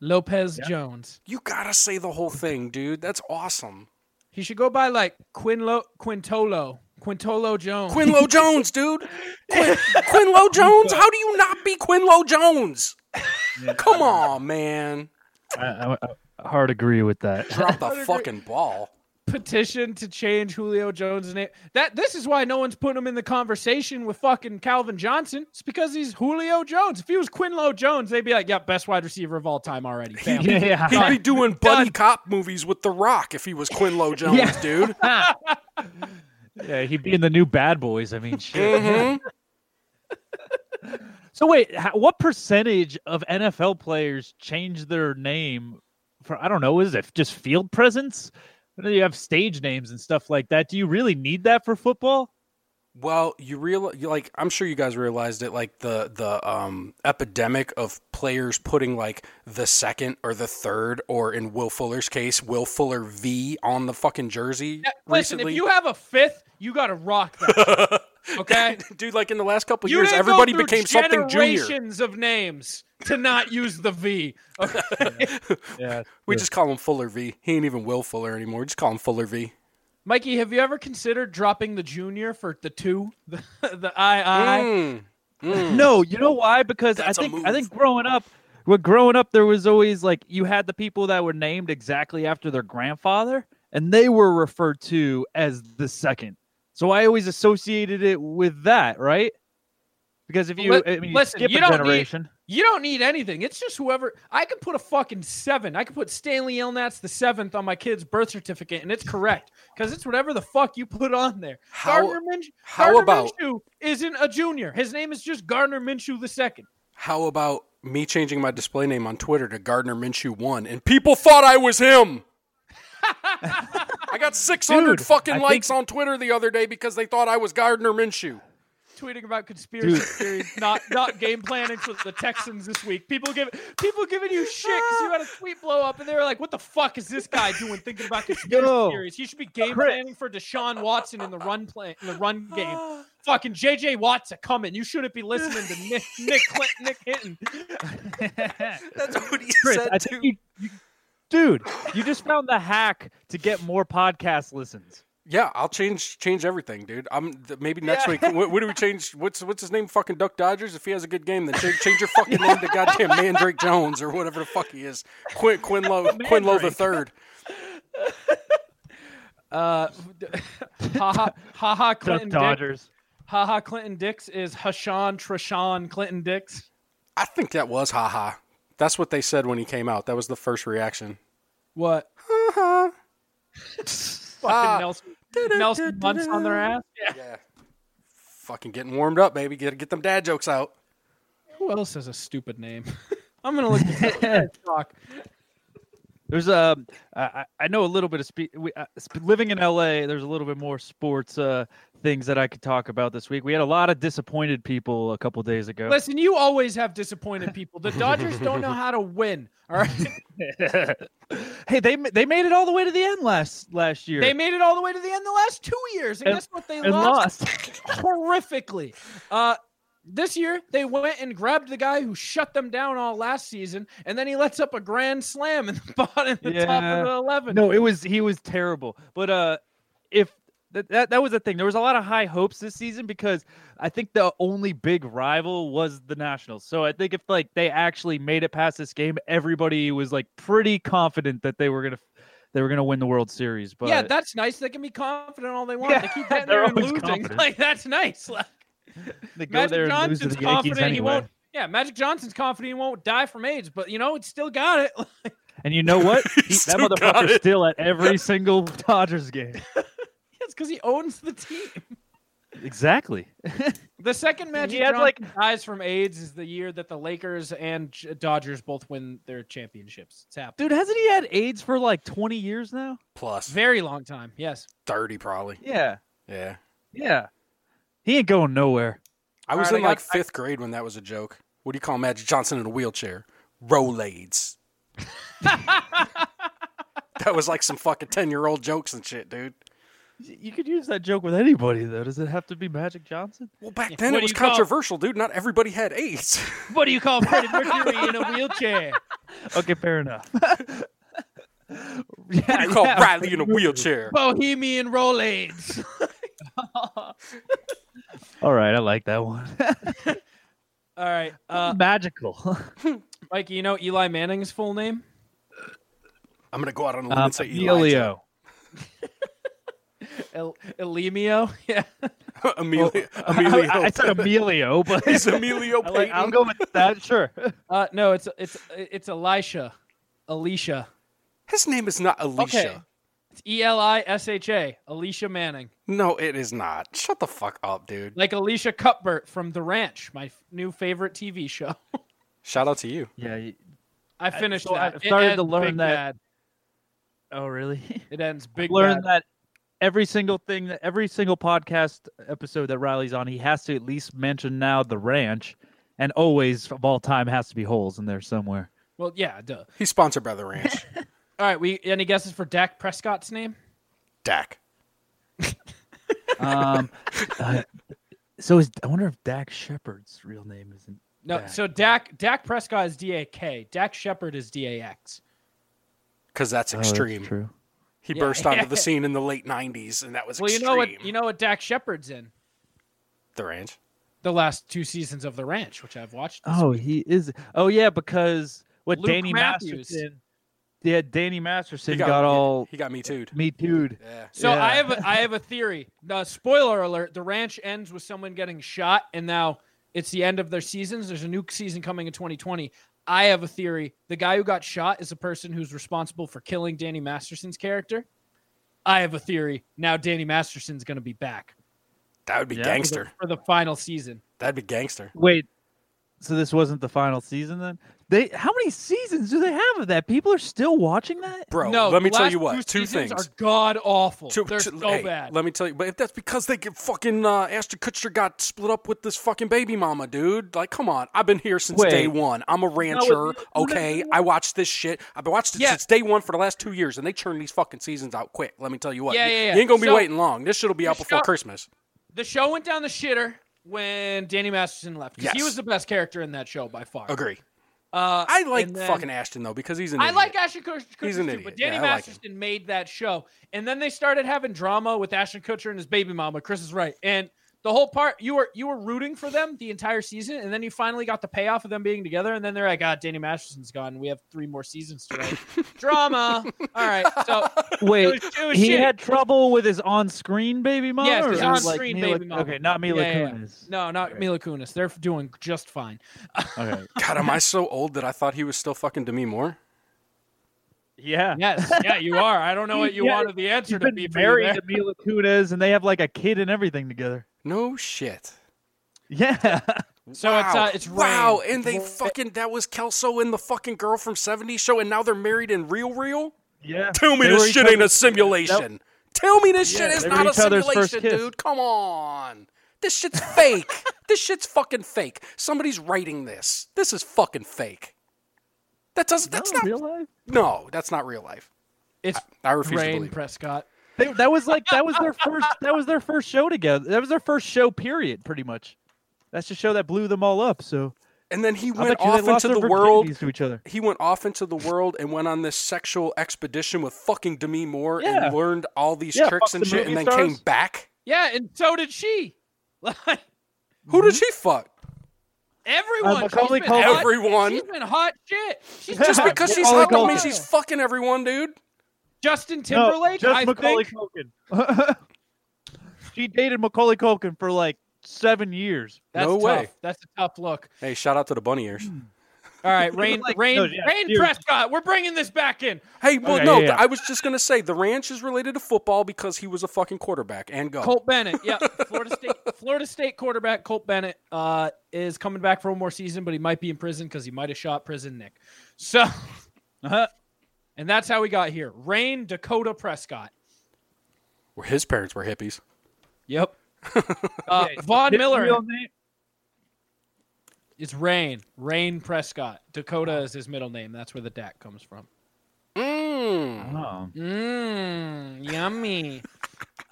D: Lopez Jones.
F: you got to say the whole thing, dude. That's awesome.
D: He should go by like Quinlo Quintolo Quintolo Jones.
F: Quinlo Jones, dude. Quin- Quinlo Jones. How do you not be Quinlo Jones? Come on, man.
E: I, I, hard agree with that.
F: Drop the fucking ball.
D: petition to change Julio Jones' name. That this is why no one's putting him in the conversation with fucking Calvin Johnson. It's because he's Julio Jones. If he was Quinlo Jones, they'd be like, "Yep, best wide receiver of all time already." Bam.
E: yeah.
F: He'd be doing buddy cop movies with The Rock if he was Quinlo Jones, dude.
E: Yeah, he'd be in the new Bad Boys. I mean, shit.
F: Mm-hmm.
E: so wait, ho- what percentage of NFL players change their name for? I don't know. Is it just field presence? I know You have stage names and stuff like that. Do you really need that for football?
F: Well, you realize, like, I'm sure you guys realized it, like the the um, epidemic of players putting like the second or the third, or in Will Fuller's case, Will Fuller V on the fucking jersey.
D: Yeah, Listen,
F: recently.
D: if you have a fifth, you got to rock that. shit, okay.
F: dude, like in the last couple
D: You
F: years,
D: didn't go
F: everybody
D: through
F: became something junior.
D: generations of names to not use the V. Okay?
E: Yeah,
F: We just call him Fuller V. He ain't even Will Fuller anymore. We just call him Fuller V.
D: Mikey, have you ever considered dropping the junior for the two, the, the I I?
F: Mm.
E: No, you know why? Because
F: That's a
E: I think I
F: move.
E: think growing up, with growing up, there was always like you had the people that were named exactly after their grandfather, and they were referred to as the second. So I always associated it with that, right? Because if you,
D: Let-
E: I mean, you
D: listen,
E: skip
D: you
E: a
D: don't need-
E: generation.
D: You don't need anything. It's just whoever I can put a fucking seven. I can put Stanley Ilnats the seventh on my kid's birth certificate, and it's correct because it's whatever the fuck you put on there.
F: How-
D: Gardner, Minsh-
F: how
D: Gardner
F: about-
D: Minshew isn't a junior. His name is just Gardner Minshew the second.
F: How about me changing my display name on Twitter to Gardner Minshew One, and people thought I was him. I got 600
E: Dude,
F: fucking
E: I think-
F: likes on Twitter the other day because they thought I was Gardner Minshew.
D: Tweeting about conspiracy theories, not not game planning for the Texans this week. People give people giving you shit because you had a tweet blow up, and they were like, "What the fuck is this guy doing? Thinking about conspiracy
E: Yo,
D: theories? He should be game
E: Chris-
D: planning for Deshaun Watson in the run play in the run game." fucking JJ Watts a coming. You shouldn't be listening to Nick Nick Clint, Nick Hinton.
F: That's what he
E: Chris,
F: said
E: I
F: too.
E: think you, you, dude, you just found the hack to get more podcast listens.
F: yeah, I'll change change everything, dude. I'm th- maybe next week. What, what do we change? What's what's his name? Fucking Duck Dodgers. If he has a good game, then change, change your fucking name to goddamn Mandrake Jones or whatever the fuck he is. Quin Quinlo Quinlo the third.
D: Uh, ha ha ha ha
E: Duck
D: Clinton Dix.
E: Dodgers.
D: Ha ha Clinton Dix is Hashan Trashan Clinton Dix.
F: I think that was haha. That's what they said when he came out. That was the first reaction.
D: What? fucking
E: Ah.
D: Nelson Nelson Muntz on their ass. Yeah.
F: Ah. Yeah. Fucking getting warmed up, baby. Get get them dad jokes out.
D: Who else has a stupid name? I'm gonna look at that talk.
E: There's um, I I- I know a little bit of spe- we, uh, sp- living in LA. There's a little bit more sports uh, things that I could talk about this week. We had a lot of disappointed people a couple days ago.
D: Listen, you always have disappointed people. The Dodgers don't know how to win. All right,
E: hey, they ma- they made it all the way to the end last last year.
D: they made it all the way to the end the last two years, and,
E: And-
D: guess what? They
E: and
D: lost.
E: lost.
D: horrifically. Uh, this year they went and grabbed the guy who shut them down all last season, and then he lets up a grand slam in the bottom, in the top
E: Yeah.
D: of the eleven.
E: No, it was he was terrible. But uh, if that, that that was the thing, there was a lot of high hopes this season because I think the only big rival was the Nationals. So I think if like they actually made it past this game, everybody was like pretty confident that they were gonna they were gonna win the World Series. But
D: yeah, that's nice. They can be confident all they want.
E: Yeah,
D: they keep getting
E: they're
D: there and
E: always
D: losing.
E: confident.
D: Like that's nice. Like,
E: they go there
D: Magic
E: and lose to
D: Johnson's
E: the Yankees
D: confident he
E: anyway.
D: won't. Yeah, Magic Johnson's confident he won't die from AIDS, but you know it's still got it.
E: And you know what? He- that
F: still got
E: motherfucker's
F: it.
E: still at every single Dodgers game.
D: it's because he owns the team.
E: Exactly.
D: The second Magic
E: had,
D: Johnson
E: like-
D: dies from AIDS is the year that the Lakers and J- Dodgers both win their championships. It's happened.
E: Dude, hasn't he had AIDS for like 20 years now?
F: Plus
D: Very long time. Yes.
F: 30 probably.
E: Yeah.
F: Yeah.
E: Yeah. He ain't going nowhere.
F: I was
D: right,
F: in
D: I got-
F: like 5th grade when that was a joke. What do you call Magic Johnson in a wheelchair? Rolades. that was like some fucking 10-year-old jokes and shit, dude.
E: You could use that joke with anybody, though. Does it have to be Magic Johnson?
F: Well, back then
D: What
F: it
D: do
F: was
D: you call-
F: controversial, dude. Not everybody had AIDS.
D: What do you call Freddie Mercury in a wheelchair?
E: Okay, fair enough. yeah,
F: you call
E: yeah.
F: Riley in a wheelchair.
D: Bohemian Rolades.
E: All right, I like that one.
D: All right, uh,
E: Magical. Um,
D: Mikey. You know Eli Manning's full name?
F: I'm gonna go out on a limb
E: Um,
F: and say Elijah.
E: Emilio. El- Elimio? Yeah.
F: Emilio. Emilio.
E: Oh, I, I said Emilio, but
F: He's Emilio
E: I
F: Payton.
E: like, I'll go with that. Sure.
D: Uh, no, it's it's it's Elisha, Alicia.
F: His name is not Alicia.
D: Okay. It's E L I S H A, Alicia Manning,
F: No, it is not. Shut the fuck up, dude.
D: like Alicia Cuthbert from The Ranch, my f- new favorite TV show.
F: Shout out to you.
E: Yeah. you-
D: I finished
E: so
D: that.
E: I've
D: It
E: started
D: ends
E: to learn
D: big
E: that-
D: bad.
E: Oh, really?
D: It ends big.
E: Learn
D: bad.
E: that every single thing, that every single podcast episode that Riley's on, he has to at least mention now the ranch, and always of all time has to be holes in there somewhere.
D: Well, yeah, duh.
F: He's sponsored by the ranch.
D: All right, we any guesses for Dak Prescott's name?
F: Dak.
E: Um, uh, so is, I wonder if Dak Shepard's real name isn't.
D: No,
E: Dak.
D: so Dak Dak Prescott is D A K. Dak Shepard is D A X.
F: Because that's
E: Oh, that's
F: extreme.
E: true.
F: he burst onto the scene in the late '90s, and that was
D: Well, you
F: extreme.
D: know what you know what Dak Shepard's in
F: the ranch.
D: the last two seasons of The Ranch, which I've watched. this
E: Oh, he is. Oh, yeah, because what
D: Luke
E: Danny
D: Matthews.
E: Masterson. Yeah, Danny Masterson
F: He
E: got, all
F: He got me too.
E: me too.
F: Yeah.
D: So I
E: Yeah.
D: have a, I have a theory. Uh, spoiler alert: the ranch ends with someone getting shot, and now it's the end of their seasons. There's a new season coming in 2020. I have a theory: the guy who got shot is the person who's responsible for killing Danny Masterson's character. I have a theory. Now Danny Masterson's going to be back
F: That would be
E: Yeah.
F: gangster.
D: for the final season.
F: That'd be gangster.
E: Wait, so this wasn't the final season then? They how many seasons do they have of that? People are still watching that?
F: Bro,
D: no,
F: let me
D: the
F: tell
D: last
F: you what. Two
D: seasons
F: things.
D: are god awful.
F: Two-
D: They're
F: two-
D: so
F: hey,
D: bad.
F: Let me tell you, but that's because they get fucking uh, Ashton Kutcher got split up with this fucking baby mama, dude. Like, come on, I've been here since
E: Wait.
F: day one. I'm a rancher,
E: it's-
F: okay? I watched this shit. I've been watching it
D: Yeah.
F: since day one for the last two years, and they churn these fucking seasons out quick. Let me tell you what,
D: Yeah,
F: you,
D: yeah, yeah.
F: you ain't gonna be
D: So-
F: waiting long. This shit'll be out before
D: Stop.
F: Christmas.
D: the show went down the shitter when Danny Masterson left 'cause he
F: Yes.
D: was the best character in that show by far.
F: Agree.
D: Uh,
F: I like
D: and then-
F: fucking Ashton though because he's an.
D: I
F: idiot.
D: like Ashton Kutcher,
F: He's
D: Kutcher
F: an
D: too, but
F: idiot.
D: Danny
F: Yeah, I like him.
D: Masterson made that show, and then they started having drama with Ashton Kutcher and his baby mama. Chris is right, and the whole part you were you were rooting for them the entire season, and then you finally got the payoff of them being together, and then they're like, "Ah, Danny Masterson's gone. We have three more seasons to write." drama. All right, so
E: Wait,
D: It was- it was
E: he
D: shitty.
E: had trouble with his on-screen baby mama.
D: Yes,
E: or
D: his
E: it was
D: on-screen
E: Mila-
D: baby mama.
E: Okay, not Mila
D: Yeah, yeah, yeah.
E: Kunis.
D: no, not Mila Kunis. They're doing just fine.
E: Okay.
F: God, am I so old that I thought he was still fucking Demi Moore?
E: Yeah.
D: Yes, yeah, you are. I don't know what you
E: Yeah,
D: wanted the answer
E: He's
D: to
E: been
D: be. for you
E: married
D: there.
E: to Mila Kunis, and they have like a kid and everything together.
F: No shit.
E: Yeah.
D: So it's
F: Wow.
D: uh, it's
F: wow,
D: Rain.
F: and they fucking that was Kelso and the fucking girl from '70s show, and now they're married in real, real.
E: yeah.
F: Tell me
E: They were
F: this
E: each
F: shit ain't a
E: other's-
F: simulation. Tell me this shit is
E: they were
F: not a
E: each other's first
F: simulation,
E: kiss.
F: dude. Come on, this shit's fake. this shit's fucking fake. Somebody's writing this. This is fucking fake. That doesn't. That's
E: No,
F: not
E: real life.
F: No, that's not real life.
D: it's
F: I refuse to
D: Rain
F: believe. it.
D: Prescott.
E: They, that was like that was their first that was their first show together. That was their first show period, pretty much. That's the show that blew them all up. So
F: And then he
E: I
F: went
E: bet you they
F: off
E: lost
F: into the
E: their
F: world.
E: virginities to each other.
F: he went off into the world and went on this sexual expedition with fucking Demi Moore
E: Yeah.
F: and learned all these
E: Yeah,
F: tricks
E: fuck
F: and
E: the
F: shit, and then
E: movie
F: came
E: stars.
F: back.
D: Yeah, and so did she. Like
F: Who
E: Mm-hmm.
F: did she fuck?
D: everyone,
E: Uh,
D: she's
E: Macaulay
D: been
E: Culkin.
D: hot-
F: Everyone.
D: she's been hot shit. She's
E: Yeah,
F: Just
D: been
F: because
D: hot
F: she's
D: shit.
E: Macaulay
F: hot don't mean
E: Culkin.
F: she's fucking everyone, dude.
D: Justin Timberlake.
E: no, just
D: I
E: Macaulay
D: think
E: Culkin. she dated Macaulay Culkin for like seven years.
D: that's
F: No
D: tough.
F: way.
D: That's a tough look.
F: Hey, shout out to the bunny ears.
D: All right, Rain,
E: Like,
D: Rain,
E: no, yeah,
D: Rain
E: dude.
D: Prescott. We're bringing this back in.
F: Hey, well,
E: Okay,
F: no,
E: Oh, yeah, yeah.
F: I was just gonna say the ranch is related to football because he was a fucking quarterback. And go.
D: Colt Bennett. Yeah, Florida State. Florida State quarterback Colt Bennett uh, is coming back for one more season, but he might be in prison because he might have shot prison Nick. So, uh-huh. and that's how we got here. Rain Dakota Prescott.
F: Where his parents were hippies.
D: Yep. Uh, Vaughn Miller.
E: Real name-
D: It's Rain. Rain Prescott. Dakota is his middle name. That's where the Dak comes from.
F: Mm.
E: Oh.
D: Mmm, yummy.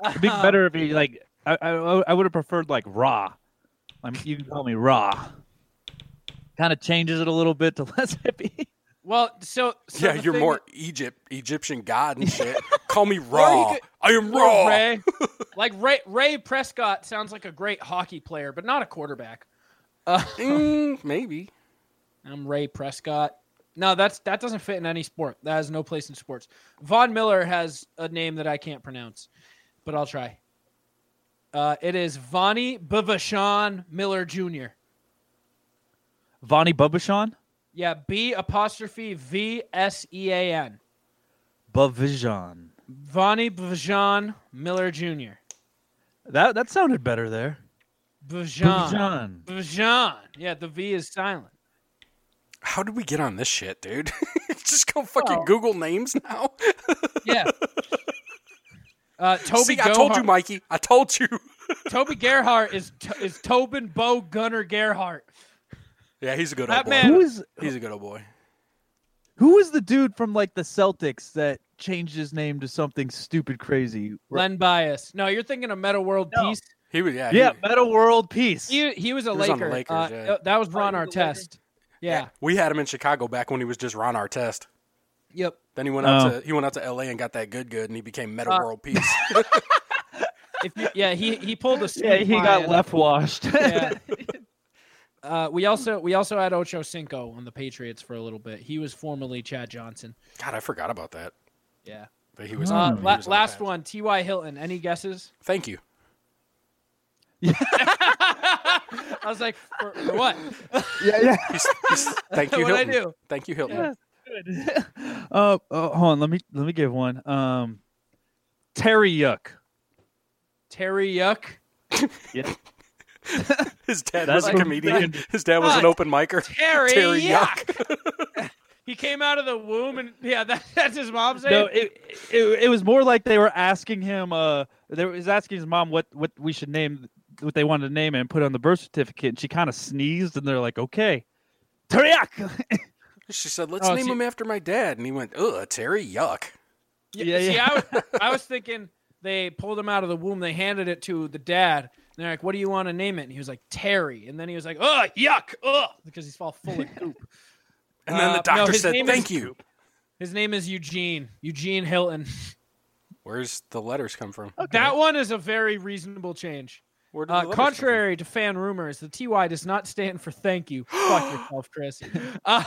E: It'd be better if he like. I I, I would have preferred like raw. I mean, you can call me raw. Kind of changes it a little bit to less hippie.
D: Well, so, so
F: Yeah,
D: the
F: you're
D: thing-
F: more Egypt Egyptian god and shit. Call me
D: Or
F: raw.
D: he could-
F: I am
D: or
F: raw.
D: Ray, like Ray Ray Prescott sounds like a great hockey player, but not a quarterback.
F: Mm, maybe.
D: I'm Ray Prescott. No, that's that doesn't fit in any sport. That has no place in sports. Von Miller has a name that I can't pronounce, but I'll try. Uh, it is Vonnie Bavashan Miller Jr.
E: Vonnie Bubashan?
D: Yeah, B apostrophe V S E A N.
E: Bavijan.
D: Vonnie Bavashan Miller Jr.
E: That that sounded better there.
D: Bavashan.
E: Bavijan.
D: Bavashan. Yeah, the V is silent.
F: How did we get on this shit, dude? Just go fucking Google names now.
D: Yeah. Uh, Toby
F: See, I told you,
D: Gohart-
F: Mikey. I told you.
D: Toby Gerhart is is Tobin Bo Gunner Gerhart.
F: Yeah, he's a good
D: That
F: old boy.
D: man-
E: Who is
F: He's a good old boy.
E: who is the dude from like the Celtics that changed his name to something stupid crazy?
D: Len Bias. No, you're thinking of Meta World
E: No.
D: Peace.
F: He was, yeah. he
E: Yeah,
F: was-
E: Metal World Peace.
D: He he was a
F: He was
D: Laker.
F: on the
D: Uh,
F: Lakers, yeah.
D: uh, That was Ron
E: Oh, he was a Laker?
D: Artest. Yeah.
F: We had him in Chicago back when he was just Ron Artest.
D: Yep.
F: Then he went out
E: Oh.
F: to he went out to L.A. and got that good good, and he became Meta
D: Uh,
F: World Peace.
D: If you, yeah, he he pulled a.
E: yeah, he
D: Snoop
E: got
D: Lion.
E: left washed.
D: Yeah. Uh, we also we also had Ocho Cinco on the Patriots for a little bit. He was formerly Chad Johnson.
F: God, I forgot about that.
D: Yeah.
F: That he was.
D: Uh,
F: on, Hmm, he
D: la-
F: was on the
D: last
F: Pats.
D: one, T. Y. Hilton. Any guesses?
F: Thank you.
D: I was like, for, for what?
E: yeah, yeah.
F: He's, he's, thank you,
D: What'd I
F: Hilton.
D: do?
F: Thank you, Hilton.
E: Yeah. Good. uh, oh, hold on. Let me let me give one. Um, Terry Yuck.
D: Terry Yuck.
F: His dad
E: That's
F: was a
E: what-
F: comedian. His dad was an
D: Fuck.
F: open micer.
D: Uh, Terry,
F: Terry
D: Yuck. he came out of the womb and yeah, that, that's his mom's name.
E: No, it, it it was more like they were asking him. Uh, they was asking his mom what what we should name, what they wanted to name it and put on the birth certificate. And she kind of sneezed, and they're like, "Okay, Teriyak."
F: She said, "Let's
D: Oh,
F: name
D: see-
F: him after my dad," and he went, "Ugh, Terry Yuck."
E: Yeah,
D: See,
E: yeah.
D: I was, I was thinking they pulled him out of the womb. They handed it to the dad. And they're like, "What do you want to name it?" And he was like, "Terry." And then he was like, "Ugh, yuck, ugh," because he's all full of goop.
F: And then
D: Uh,
F: the
D: no,
F: doctor
D: his
F: said,
D: name is-
F: "Thank you."
D: His name is Eugene. Eugene Hilton.
F: Where's the letters come from?
D: That one is a very reasonable change.
F: Where did the
D: Uh,
F: letters come
D: contrary to fan rumors, the TY does not stand for thank you. Fuck yourself, Chris.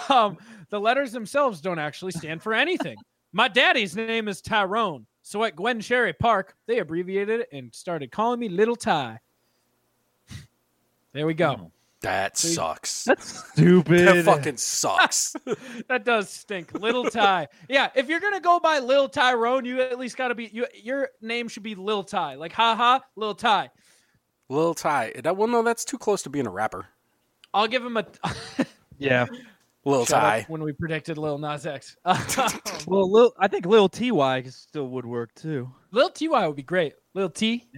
D: Um, the letters themselves don't actually stand for anything. My daddy's name is Tyrone. So at Gwen Sherry Park, they abbreviated it and started calling me Little Ty. There we go.
F: from? That sucks.
E: That's stupid.
F: That fucking sucks.
D: That does stink. Little Ty. Yeah, if you're gonna go by Lil Tyrone, you at least gotta be you, your name should be Lil Ty. Like haha, Lil Ty.
F: Lil Ty. That, well, no, that's too close to being a rapper.
D: I'll give him a
E: yeah.
F: Lil
D: Shut
F: Ty.
D: up when we predicted Lil Nas X. Um,
E: Well, Lil, I think Lil Ty still would work too.
D: Lil Ty would be great. Lil T,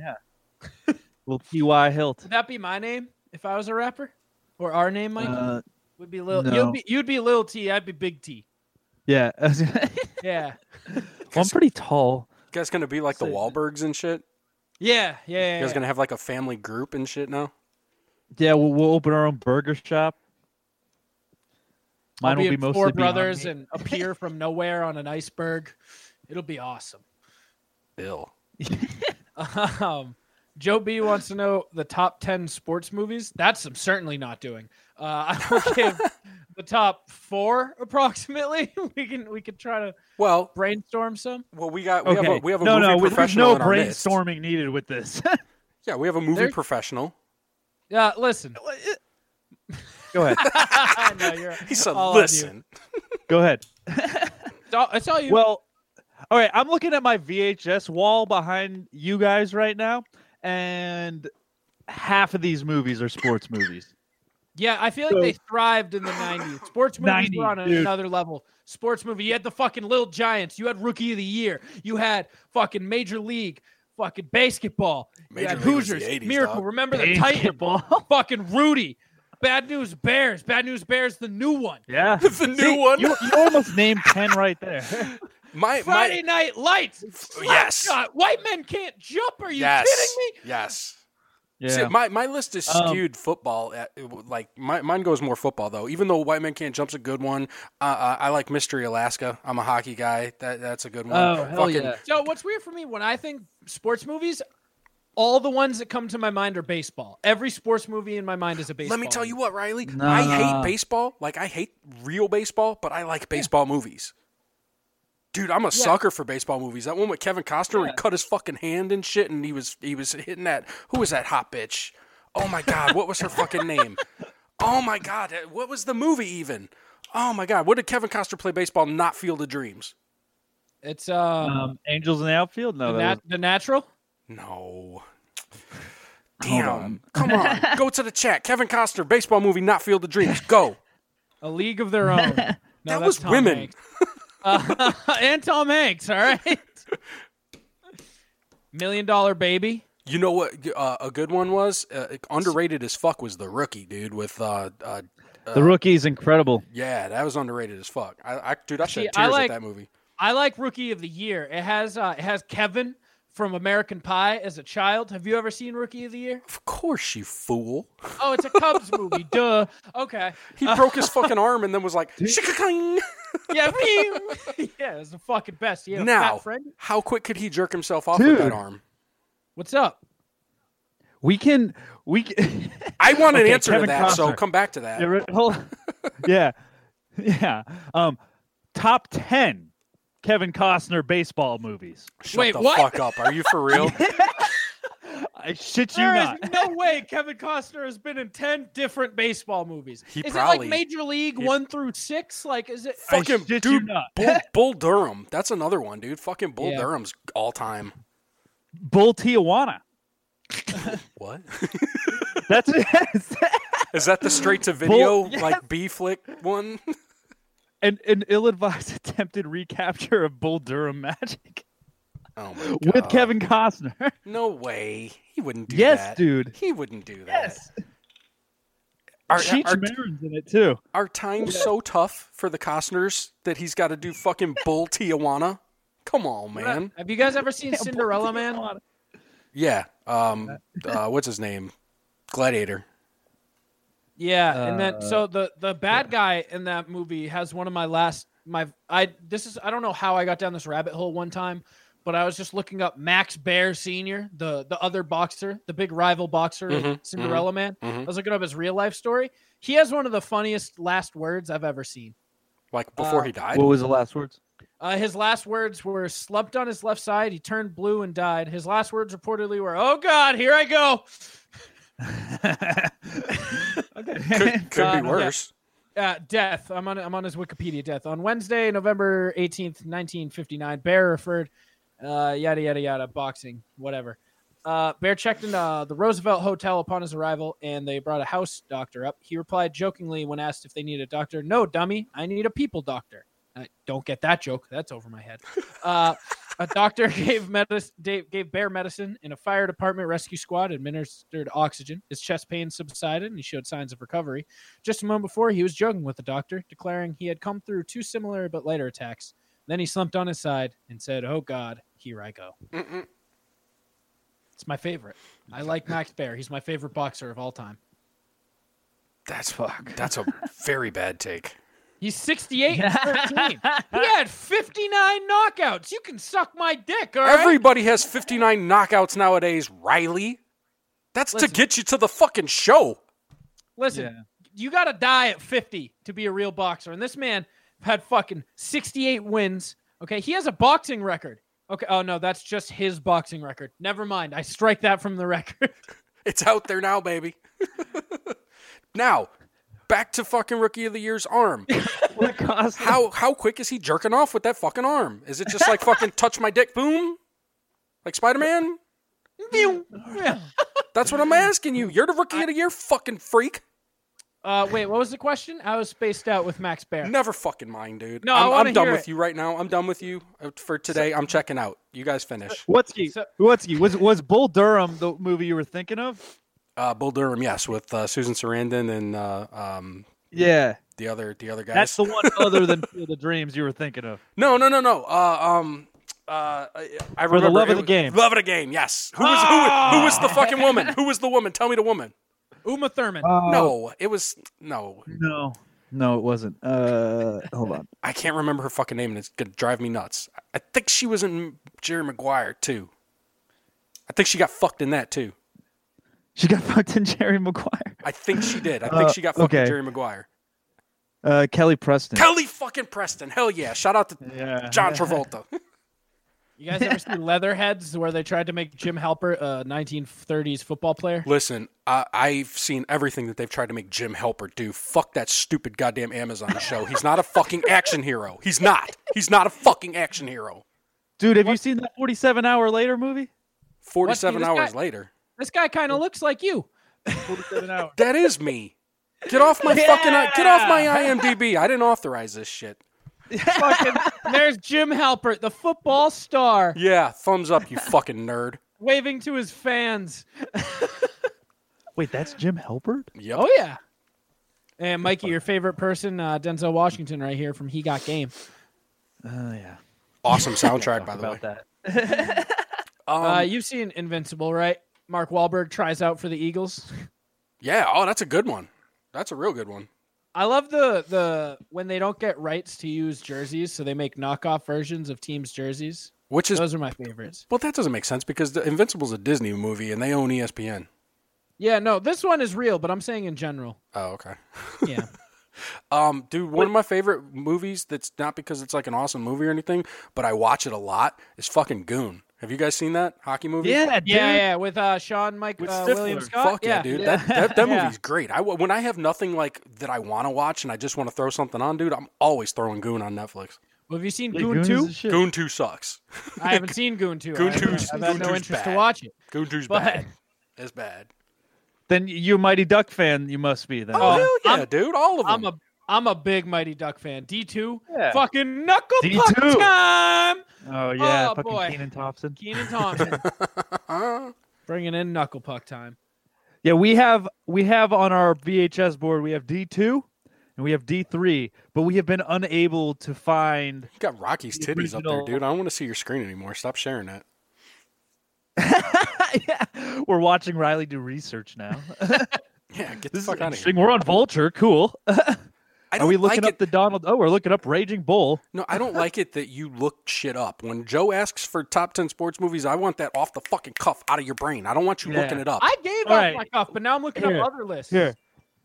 E: Lil Ty Hilt.
D: would that be my name if I was a rapper, or our name, Mike?
E: Uh,
D: would be Lil.
E: no.
D: You'd be you'd be Lil T. I'd be Big T.
E: yeah. well,
D: Yeah,
E: I'm pretty tall.
F: You guys gonna be like the
D: Say-
F: Wahlbergs and shit?
D: yeah, yeah. yeah,
F: You guys
D: yeah.
F: gonna have like a family group and shit now?
E: Yeah, we'll, we'll open our own burger shop.
D: I'll
E: Mine will be
D: in
E: mostly
D: four
E: Beyond
D: brothers
E: Meat.
D: and appear from nowhere on an iceberg. It'll be awesome.
F: Bill.
D: Um, Joe B wants to know the top ten sports movies. That's I'm certainly not doing. Uh, I will give the top four approximately. we can we can try to
F: Well,
D: brainstorm some.
F: well, we got we have a, we have a
E: no,
F: movie
E: no, with- there's
F: professional
E: no
F: in our midst.
E: brainstorming needed with this.
F: Yeah, we have a movie
D: There-
F: professional.
D: Yeah, listen.
E: go ahead.
D: no, you're
F: He said,
D: all on you.
F: "Listen,
E: Go ahead.
D: It's all- It's all you.
E: Well, all right. I'm looking at my VHS wall behind you guys right now, and half of these movies are sports movies.
D: yeah, I feel like they thrived in the '90s. Sports movies
E: 90s,
D: were on
E: dude.
D: another level. Sports movie. You had the fucking Little Giants. You had Rookie of the Year. You had fucking Major League. Fucking basketball.
F: Major
D: you had
F: League was the
D: Hoosiers.
F: 80s,
D: Miracle.
F: dog.
D: Remember the Titan.
E: Basketball.
D: Fucking Rudy. Bad News Bears. Bad News Bears. The new one.
E: Yeah,
F: the new one."
E: you, you almost named ten right there.
F: my
D: Friday Night Lights.
F: yes.
D: Slapshot. White men can't jump. Are
F: my
D: you
F: yes
D: kidding me?
F: yes. See,
E: Yeah,
F: my, my list is
E: Um,
F: skewed football. At, like my, mine goes more football though. Even though White Man Can't Jump's a good one, uh, uh, I like Mystery Alaska. I'm a hockey guy. That that's a good one.
E: Oh, hell yeah.
D: So what's weird for me when I think sports movies, all the ones that come to my mind are baseball. Every sports movie in my mind is a baseball.
F: Let me tell you
D: movie.
F: what, Riley. I hate baseball. Like I hate real baseball, but I like baseball movies. Dude, I'm a sucker for baseball movies. That one with Kevin Costner, where he cut his fucking hand and shit, and he was he was hitting that. Who was that hot bitch? Oh my god, what was her fucking name? Oh my god, what was the movie even? Oh my god, what did Kevin Costner play baseball? Not Field of Dreams.
D: It's um,
E: Um, Angels in the outfield. No,
D: the,
E: that
D: nat- the natural.
F: No. Damn. Come on. Go to the chat. Kevin Costner, baseball movie, not Field of Dreams. Go.
D: A League of Their Own. No,
F: That
D: that's
F: was
D: Tom
F: women.
D: Hanks. Uh, and Tom Hanks. All right. Million Dollar Baby.
F: You know what uh, a good one was? Uh, underrated as fuck was the rookie, dude. With uh, uh,
E: was, the rookie is incredible.
F: yeah, that was underrated as fuck. I, I dude, I
D: See,
F: shed
D: I
F: tears
D: like-
F: at that movie.
D: I like Rookie of the Year. It has uh, it has Kevin from American Pie as a child. Have you ever seen Rookie of the Year?
F: Of course, you fool.
D: Oh, it's a Cubs movie. Duh. Okay.
F: He broke his fucking arm and then was like, "Shikaking."
D: Yeah. yeah. It's the fucking best. Yeah.
F: Now,
D: friend.
F: how quick could he jerk himself off
E: Dude.
F: with that arm?
D: What's up?
E: We can we can
F: I want an
E: Okay,
F: answer
E: Kevin
F: to that, so
E: Costner.
F: come back to that.
E: Yeah, right, hold on. yeah, yeah. Um, top ten Kevin Costner baseball movies.
F: Shut
D: Wait,
F: the
D: what?
F: fuck up. Are you for real?
E: I shit you
D: There is
E: not.
D: no way Kevin Costner has been in ten different baseball movies.
F: He
D: is
F: probably-
D: it like Major League one through six? Like, is it?
E: I
F: fucking
E: shit
F: dude,
E: you not.
F: Bull, Bull Durham. That's another one, dude. Fucking Bull
D: Yeah.
F: Durham's all time.
E: Bull Tijuana.
F: What?
E: That's it.
F: Is that the straight to video
E: Bull-
F: like B flick one?
E: an an ill-advised attempted recapture of Bull Durham magic
F: Oh my god.
E: with Kevin Costner.
F: No way. He wouldn't do
E: Yes,
F: that.
E: dude.
F: He wouldn't do that. Are,
E: Cheech
F: are,
E: Marin's in it too.
F: are times so tough for the Costners that he's got to do fucking bull Tijuana? Come on, man.
D: Have you guys ever seen Cinderella Man?
F: Yeah. Um. Uh, what's his name? Gladiator.
D: Yeah, and then so the the bad guy in that movie has one of my last my I this is I don't know how I got down this rabbit hole one time, but I was just looking up Max Bear Senior, the the other boxer, the big rival boxer, in
F: Mhm,
D: Cinderella Man.
F: mhm.
D: I was looking up his real life story. He has one of the funniest last words I've ever seen.
F: Like before he died.
E: What was the last words?
D: Uh, his last words were slept on his left side. He turned blue and died. His last words reportedly were, "Oh God, here I go."
F: could could
D: Uh,
F: be
D: yeah.
F: worse.
D: Uh, death. I'm on. I'm on his Wikipedia. Death on Wednesday, November 18th, 1959. Bear referred, uh, yada yada yada. Boxing, whatever. Uh, Bear checked in uh, the Roosevelt Hotel upon his arrival, and they brought a house doctor up. He replied jokingly when asked if they needed a doctor, "No, dummy, I need a people doctor." I don't get that joke. That's over my head. Uh, a doctor gave medicine, gave Bear medicine, and a fire department rescue squad administered oxygen. His chest pain subsided, and he showed signs of recovery. Just a moment before, he was joking with the doctor, declaring he had come through two similar but lighter attacks. Then he slumped on his side and said, "Oh God, here I go." It's my favorite. I like Max Bear. He's my favorite boxer of all time.
F: That's fuck. That's a very bad take.
D: He's 68 and 13. he had 59 knockouts. You can suck my dick, all right?
F: Everybody has 59 knockouts nowadays, Riley. That's
D: Listen.
F: to get you to the fucking show.
D: Listen, you got to die at 50 to be a real boxer. And this man had fucking 68 wins. Okay. He has a boxing record. Okay. Oh, no, that's just his boxing record. Never mind. I strike that from the record.
F: It's out there now, baby. now, back to fucking rookie of the year's arm. how how quick is he jerking off with that fucking arm? Is it just like fucking touch my dick, boom? Like Spider Man? That's what I'm asking you. You're the rookie of the year, fucking freak.
D: uh, wait, what was the question? I was spaced out with Max Bear.
F: Never fucking mind, dude.
D: No, I
F: I'm,
D: wanna
F: I'm done
D: hear
F: with
D: it.
F: you right now. I'm done with you uh, for today. I'm checking out. You guys finish.
E: Whatski,
D: So-
E: Whatski, was was Bull Durham the movie you were thinking of?
F: Uh, Bull Durham, yes, with uh, Susan Sarandon and uh, um,
E: Yeah,
F: the other the other guys.
E: that's the one other than Field of Dreams you were thinking of.
F: No, no, no, no. Uh, um, uh, I I
E: For the
F: remember
E: love
F: it
E: of the
F: was-
E: game.
F: Love of the game. Yes. Who was who, was- who was the fucking woman? Who was the woman? Tell me the woman.
D: Uma Thurman.
E: Uh,
F: no, it was no.
E: Oh, No, no, it wasn't. Uh, hold on.
F: I can't remember her fucking name, and it's gonna drive me nuts. I think she was in Jerry Maguire too. I I think she got fucked in that too.
E: She got fucked in Jerry Maguire.
F: I think she did. I think
E: Uh,
F: she got fucked in
E: okay.
F: Jerry Maguire.
E: Uh, Kelly Preston.
F: Kelly fucking Preston. Hell yeah. Shout out to
E: Yeah.
F: John Travolta.
D: You guys ever see Leatherheads, where they tried to make Jim Halpert a 1930s football player?
F: Listen, I, I've seen everything that they've tried to make Jim Helper do. Fuck that stupid goddamn Amazon show. He's not a fucking action hero. He's not. He's not a fucking action hero.
E: Dude, have you seen that 47 hour later movie?
F: 47
D: this
F: hours
D: guy-
F: later.
D: This guy kind of looks like you.
E: 47 hours.
F: That is me. Get off my fucking I- get off my IMDb. I didn't authorize this shit.
D: Fucking, there's Jim Halpert, the football star,
F: Yeah, thumbs up, you fucking nerd.
D: waving to his fans.
E: Wait, that's Jim Halpert?
F: Yep.
D: Oh yeah. And Mikey, your favorite person, uh, Denzel Washington, right here from He Got Game.
E: Oh, yeah.
F: Awesome soundtrack, by the way.
E: About that.
F: Um,
D: uh, you've seen Invincible, right? Mark Wahlberg tries out for the Eagles.
F: yeah, oh, that's a good one. That's a real good one.
D: I love the the when they don't get rights to use jerseys, so they make knockoff versions of teams' jerseys.
F: Which is
D: Those are my favorites.
F: well, that doesn't make sense because the Invincible's a Disney movie and they own E ESPN.
D: Yeah, no, this one is real, but I'm saying in general.
F: Oh, okay.
D: Yeah.
F: Um, dude, one of my favorite movies that's not because it's like an awesome movie or anything, but I watch it a lot is fucking Goon. Have you guys seen that hockey movie?
E: Yeah, dude.
D: yeah, yeah, with uh, Sean Mike uh,
F: Stifler.
D: William Scott.
F: Fuck yeah, dude. That, that, that movie's great. I, when I have nothing like that I want to watch and I just want to throw something on, dude, I'm always throwing Goon on Netflix.
D: Well, have you seen
E: Yeah,
D: Goon
E: Goon
D: Two?
E: is the shit.
F: Goon 2 sucks.
D: I haven't seen Goon Two.
F: Goon
D: I haven't-
F: 2's
D: I've had no
F: Goon 2's
D: interest
F: bad.
D: to watch it.
F: Goon 2's
D: But-
F: bad. It's bad.
E: Then you're a Mighty Duck fan, you must be. Then.
F: Oh, hell yeah,
D: I'm-
F: dude. All of
D: I'm
F: them.
D: a I'm a big Mighty Duck fan. D two,
E: Yeah.
D: fucking knuckle puck
E: D2.
D: time.
E: Oh, yeah.
D: Oh,
E: fucking
D: boy.
E: Keenan Thompson.
D: Keenan Thompson bringing in knuckle puck time.
E: Yeah, we have we have on our VHS board we have D two and we have D three, but we have been unable to find.
F: you got Rocky's
E: the
F: titties up there,
E: original-
F: dude. I don't want to see your screen anymore. Stop sharing that.
E: yeah, we're watching Riley do research now.
F: Yeah, get the
E: this is
F: fuck out of here.
E: interesting. We're on Vulture. Cool.
F: I
E: Are we
F: don't like
E: looking
F: it
E: up the Donald? Oh, we're looking up Raging Bull.
F: No, I don't like it that you look shit up. When Joe asks for top 10 sports movies, I want that off the fucking cuff, out of your brain. I don't want you
E: Yeah.
F: looking it up.
D: I gave
E: All
D: up
E: right.
D: my cuff, but now I'm looking
E: Here.
D: up other lists.
E: Here.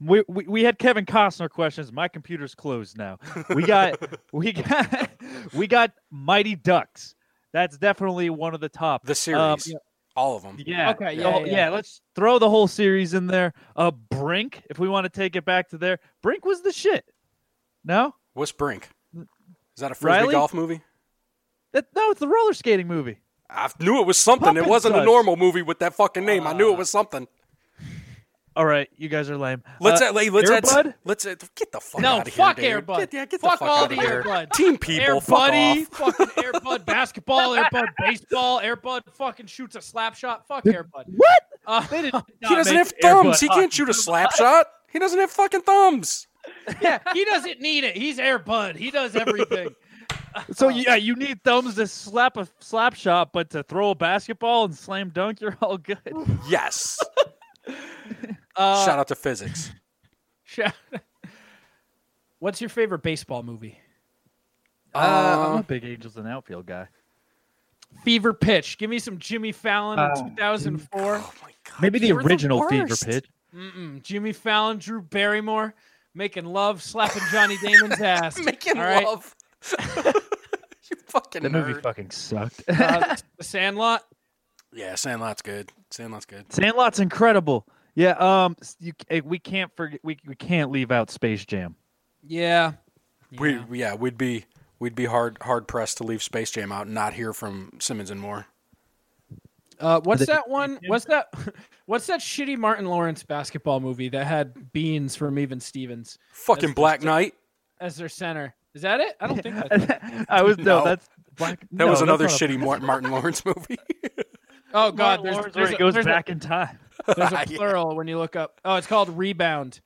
E: We, we, we had Kevin Costner questions. My computer's closed now. We got we got we got Mighty Ducks. That's definitely one of the top.
F: the series,
E: Um,
F: all of them.
E: Oh, Yeah.
D: Okay,
E: the
D: yeah,
E: whole-
D: yeah.
E: Let's throw the whole series in there. Uh, Brink, if we want to take it back to there, Brink was the shit. No,
F: What's Brink? Is that a frisbee
E: Riley?
F: golf movie?
E: that no, it's the roller skating movie.
F: I knew it was something. it
E: Puppet
F: wasn't a
E: Judge.
F: normal movie with that fucking name. I knew
D: Uh,
F: it was something.
E: All right, you guys are lame.
F: Let's
E: uh,
F: add, let's add,
E: Airbud?
F: let's add, get the fuck
D: No,
F: out of here.
D: fuck
F: dude.
D: Airbud.
F: Get, yeah, get
D: fuck
F: the fuck
D: all
F: out
D: the
F: of here.
D: Airbud.
F: Team people,
D: Air
F: fuck
D: Buddy,
F: off.
D: fucking Air Bud basketball, Air Bud baseball, Air Bud fucking shoots a slap shot. Fuck Air Bud.
E: What?
D: Uh,
F: He doesn't have thumbs. He can't shoot a slap shot. He doesn't have fucking thumbs.
D: yeah, he doesn't need it. He's Air Bud. He does everything.
E: Uh, So yeah, you need thumbs to slap a slap shot, but to throw a basketball and slam dunk, you're all good.
F: Yes.
D: Uh,
F: Shout out to physics.
D: Shout- What's your favorite baseball movie?
E: Uh,
F: Um,
D: Um,
E: I'm a big Angels and Outfield guy.
D: Fever Pitch. Give me some Jimmy Fallon
E: Uh,
D: in 2004.
F: Oh my god.
E: Maybe the
F: you were
E: original Fever
F: worst.
E: Pitch.
D: Mm-mm. Jimmy Fallon, Drew Barrymore, making love, slapping Johnny Damon's ass.
F: Making
D: All right?
F: love. you fucking
E: That movie
F: nerd.
E: fucking sucked.
D: Uh, the Sandlot.
F: yeah, Sandlot's good. Sandlot's good.
E: Sandlot's incredible. Yeah, um, s- you, c- eh, we can't forget. We, we can't leave out Space Jam.
D: Yeah.
F: We yeah, we'd be we'd be hard hard pressed to leave Space Jam out and not hear from Simmons and Moore.
D: Uh, what's that one? What's that? What's that shitty Martin Lawrence basketball movie that had beans from even Stevens
F: Fucking Black Knight.
D: as their center? Is that it? I don't think that's it.
E: I was no,
F: No.
E: that's black.
F: That was another
E: shitty.
F: shitty Mar- Martin Lawrence movie.
D: Oh God, there's,
E: Lawrence
D: there's
E: where
D: a,
E: it goes
D: there's a-
E: back in time.
D: there's
F: Yeah.
D: a plural when you look up. Oh, it's called Rebound.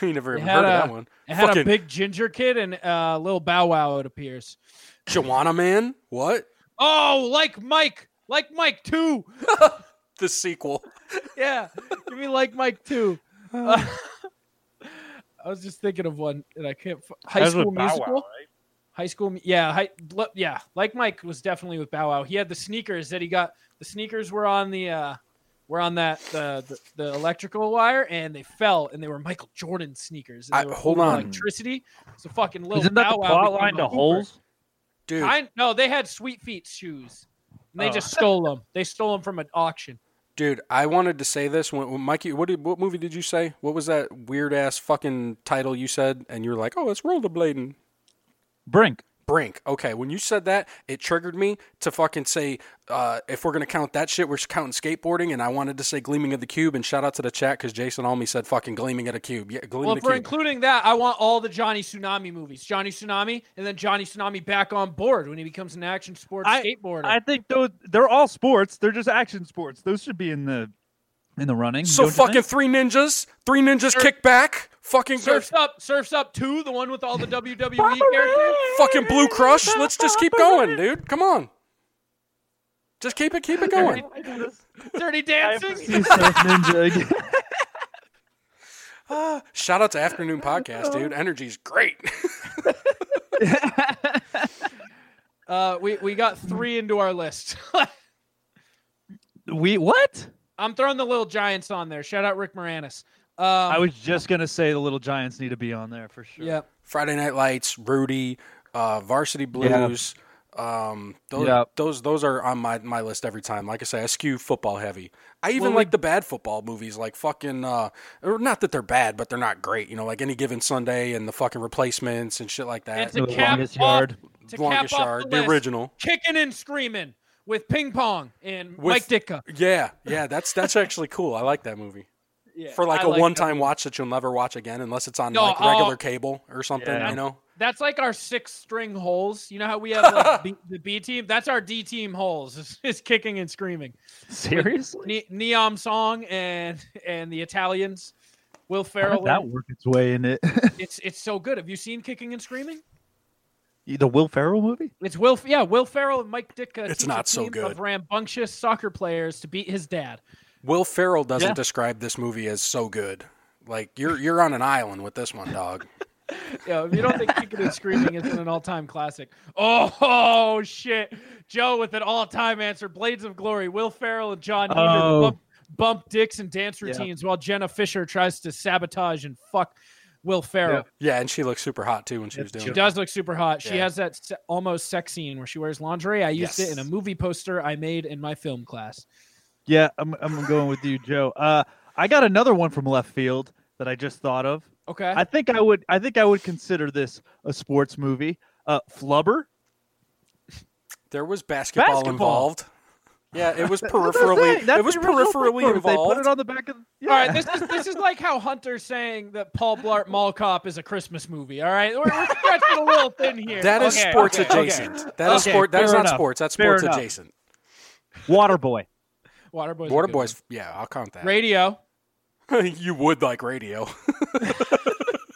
F: you never
D: It
F: even
D: had,
F: heard
D: a,
F: of that one.
D: it had
F: fucking
D: a big ginger kid and uh, little Bow Wow. It appears.
F: Joanna Man. What?
D: Oh, like Mike, like Mike too.
F: The sequel.
D: yeah, give me like Mike too. I was just thinking of one, and I can't. f- High
E: That's with
D: School
E: Bow Wow,
D: Musical. High school, Mu- yeah, high, bl- yeah. Like Mike was definitely with Bow Wow. He had the sneakers that he got. The sneakers were on the, uh, were on that the, the the electrical wire, and they fell, and they were Michael Jordan sneakers. And
F: I-
D: they were
F: hold
D: full of
F: on.
D: electricity. So fucking little
E: Isn't that
D: Bow
E: the
D: Wow
E: plot
D: became
E: line
D: a
E: to
D: hooper.
E: holes?
F: Dude,
D: I no, they had Sweet Feet shoes, and they
E: Oh.
D: just stole them. They stole them from an auction.
F: dude, I wanted to say this when, when Mikey. What did, what movie did you say? What was that weird ass fucking title you said? And you were like, oh, it's rollerblading.
E: Brink.
F: Brink. Okay, when you said that, it triggered me to fucking say, uh, if we're gonna count that shit, we're counting skateboarding. And I wanted to say Gleaming of the Cube. And shout out to the chat because Jason Almy said fucking Gleaming of the Cube. Yeah, Gleaming
D: Well,
F: of
D: if
F: the
D: we're
F: Cube.
D: including that, I want all the Johnny Tsunami movies. Johnny Tsunami, and then Johnny Tsunami back on board when he becomes an action sports
E: I-
D: skateboarder.
E: I think those they're all sports. They're just action sports. Those should be in the in the running.
F: so
E: don't you think?
F: fucking three ninjas, three ninjas kick back, fucking
D: Surfs Up, Surfs Up 2, the one with all the WWE characters.
F: fucking blue crush. Let's just keep going, dude. Come on. Just keep it, keep it going.
D: Dirty
E: See
D: Dancing.
E: Surf Ninja again.
F: Shout out to Afternoon Podcast, dude. Energy's great.
D: Uh, we, we got three into our list.
E: we what?
D: I'm throwing the little giants on there. Shout out Rick Moranis. Um,
E: I was just gonna say the Little Giants need to be on there for sure.
D: yeah.
F: Friday Night Lights, Rudy, uh, Varsity Blues. Um, those,
E: Yeah.
F: those those are on my, my list every time. Like I say, I skew football heavy. I even
D: Well, we-
F: like the bad football movies, like fucking. Uh, or not that they're bad, but they're not great. You know, like any given Sunday and the fucking replacements and shit like that.
D: It's a
E: The
D: cap
E: longest
D: off,
E: yard.
D: to cap
F: Longest
D: off
F: Yard,
D: the,
F: the
D: list,
F: original.
D: Kicking and screaming with ping pong and
F: With-
D: Mike Ditka.
F: Yeah, yeah, that's that's actually cool. I like that movie. For like
D: I
F: a
D: like that
F: one-time watch that you'll never watch again unless it's on
D: No,
F: like regular
D: oh.
F: cable or something,
E: Yeah.
F: you know.
D: That's like our six string holes. You know how we have like B, the B team? That's our D team holes. It's, it's kicking and screaming.
E: Seriously?
D: Ne- Neom Song and and the Italians. Will
E: How'd
D: Ferrell.
E: that
D: in-
E: work its way in it?
D: It's it's so good. Have you seen Kicking and Screaming?
E: the Will Ferrell movie?
D: It's Will. Yeah, Will Ferrell and Mike Ditka.
F: It's
D: teach a
F: not so
D: team
F: good.
D: Of rambunctious soccer players to beat his dad.
F: Will Ferrell doesn't
E: Yeah.
F: describe this movie as so good. Like you're you're on an island with this one, dog.
D: Yeah, if you don't think Kicking and Screaming isn't an all-time classic, oh, oh, shit, Joe with an all-time answer: Blades of Glory, Will Ferrell and John Heater
E: Oh.
D: bump, bump dicks and dance routines while Jenna Fisher tries to sabotage and fuck Will Ferrell.
F: yeah, and she looks super hot too when she was doing
D: She
F: it.
D: does look super hot. She
F: Yeah.
D: has that se- almost sex scene where she wears lingerie. I used
F: Yes.
D: it in a movie poster I made in my film class.
E: Yeah, I'm I'm going with you, Joe. Uh, I got another one from left field that I just thought of.
D: Okay,
E: I think I would I think I would consider this a sports movie. Uh, Flubber.
F: There was basketball,
E: Basketball.
F: involved. Yeah, it was
E: That's what I'm saying.
F: peripherally
E: That's
F: it was
E: the original Flubber.
F: peripherally
E: They put
F: involved.
E: it on the back of. Yeah.
D: All right, this is this is like how Hunter's saying that Paul Blart Mall Cop is a Christmas movie. All right, we're, we're stretching a little thin here.
F: That is
D: Okay,
F: sports
D: okay,
F: adjacent. That is
E: Okay,
F: sport that is
E: fair
F: not
E: enough.
F: sports, that's
E: Fair
F: sports
E: enough.
F: adjacent.
E: Waterboy.
D: Okay. Waterboy's a good
F: Waterboy's yeah, I'll count
D: one.
F: that.
D: radio.
F: you would like radio.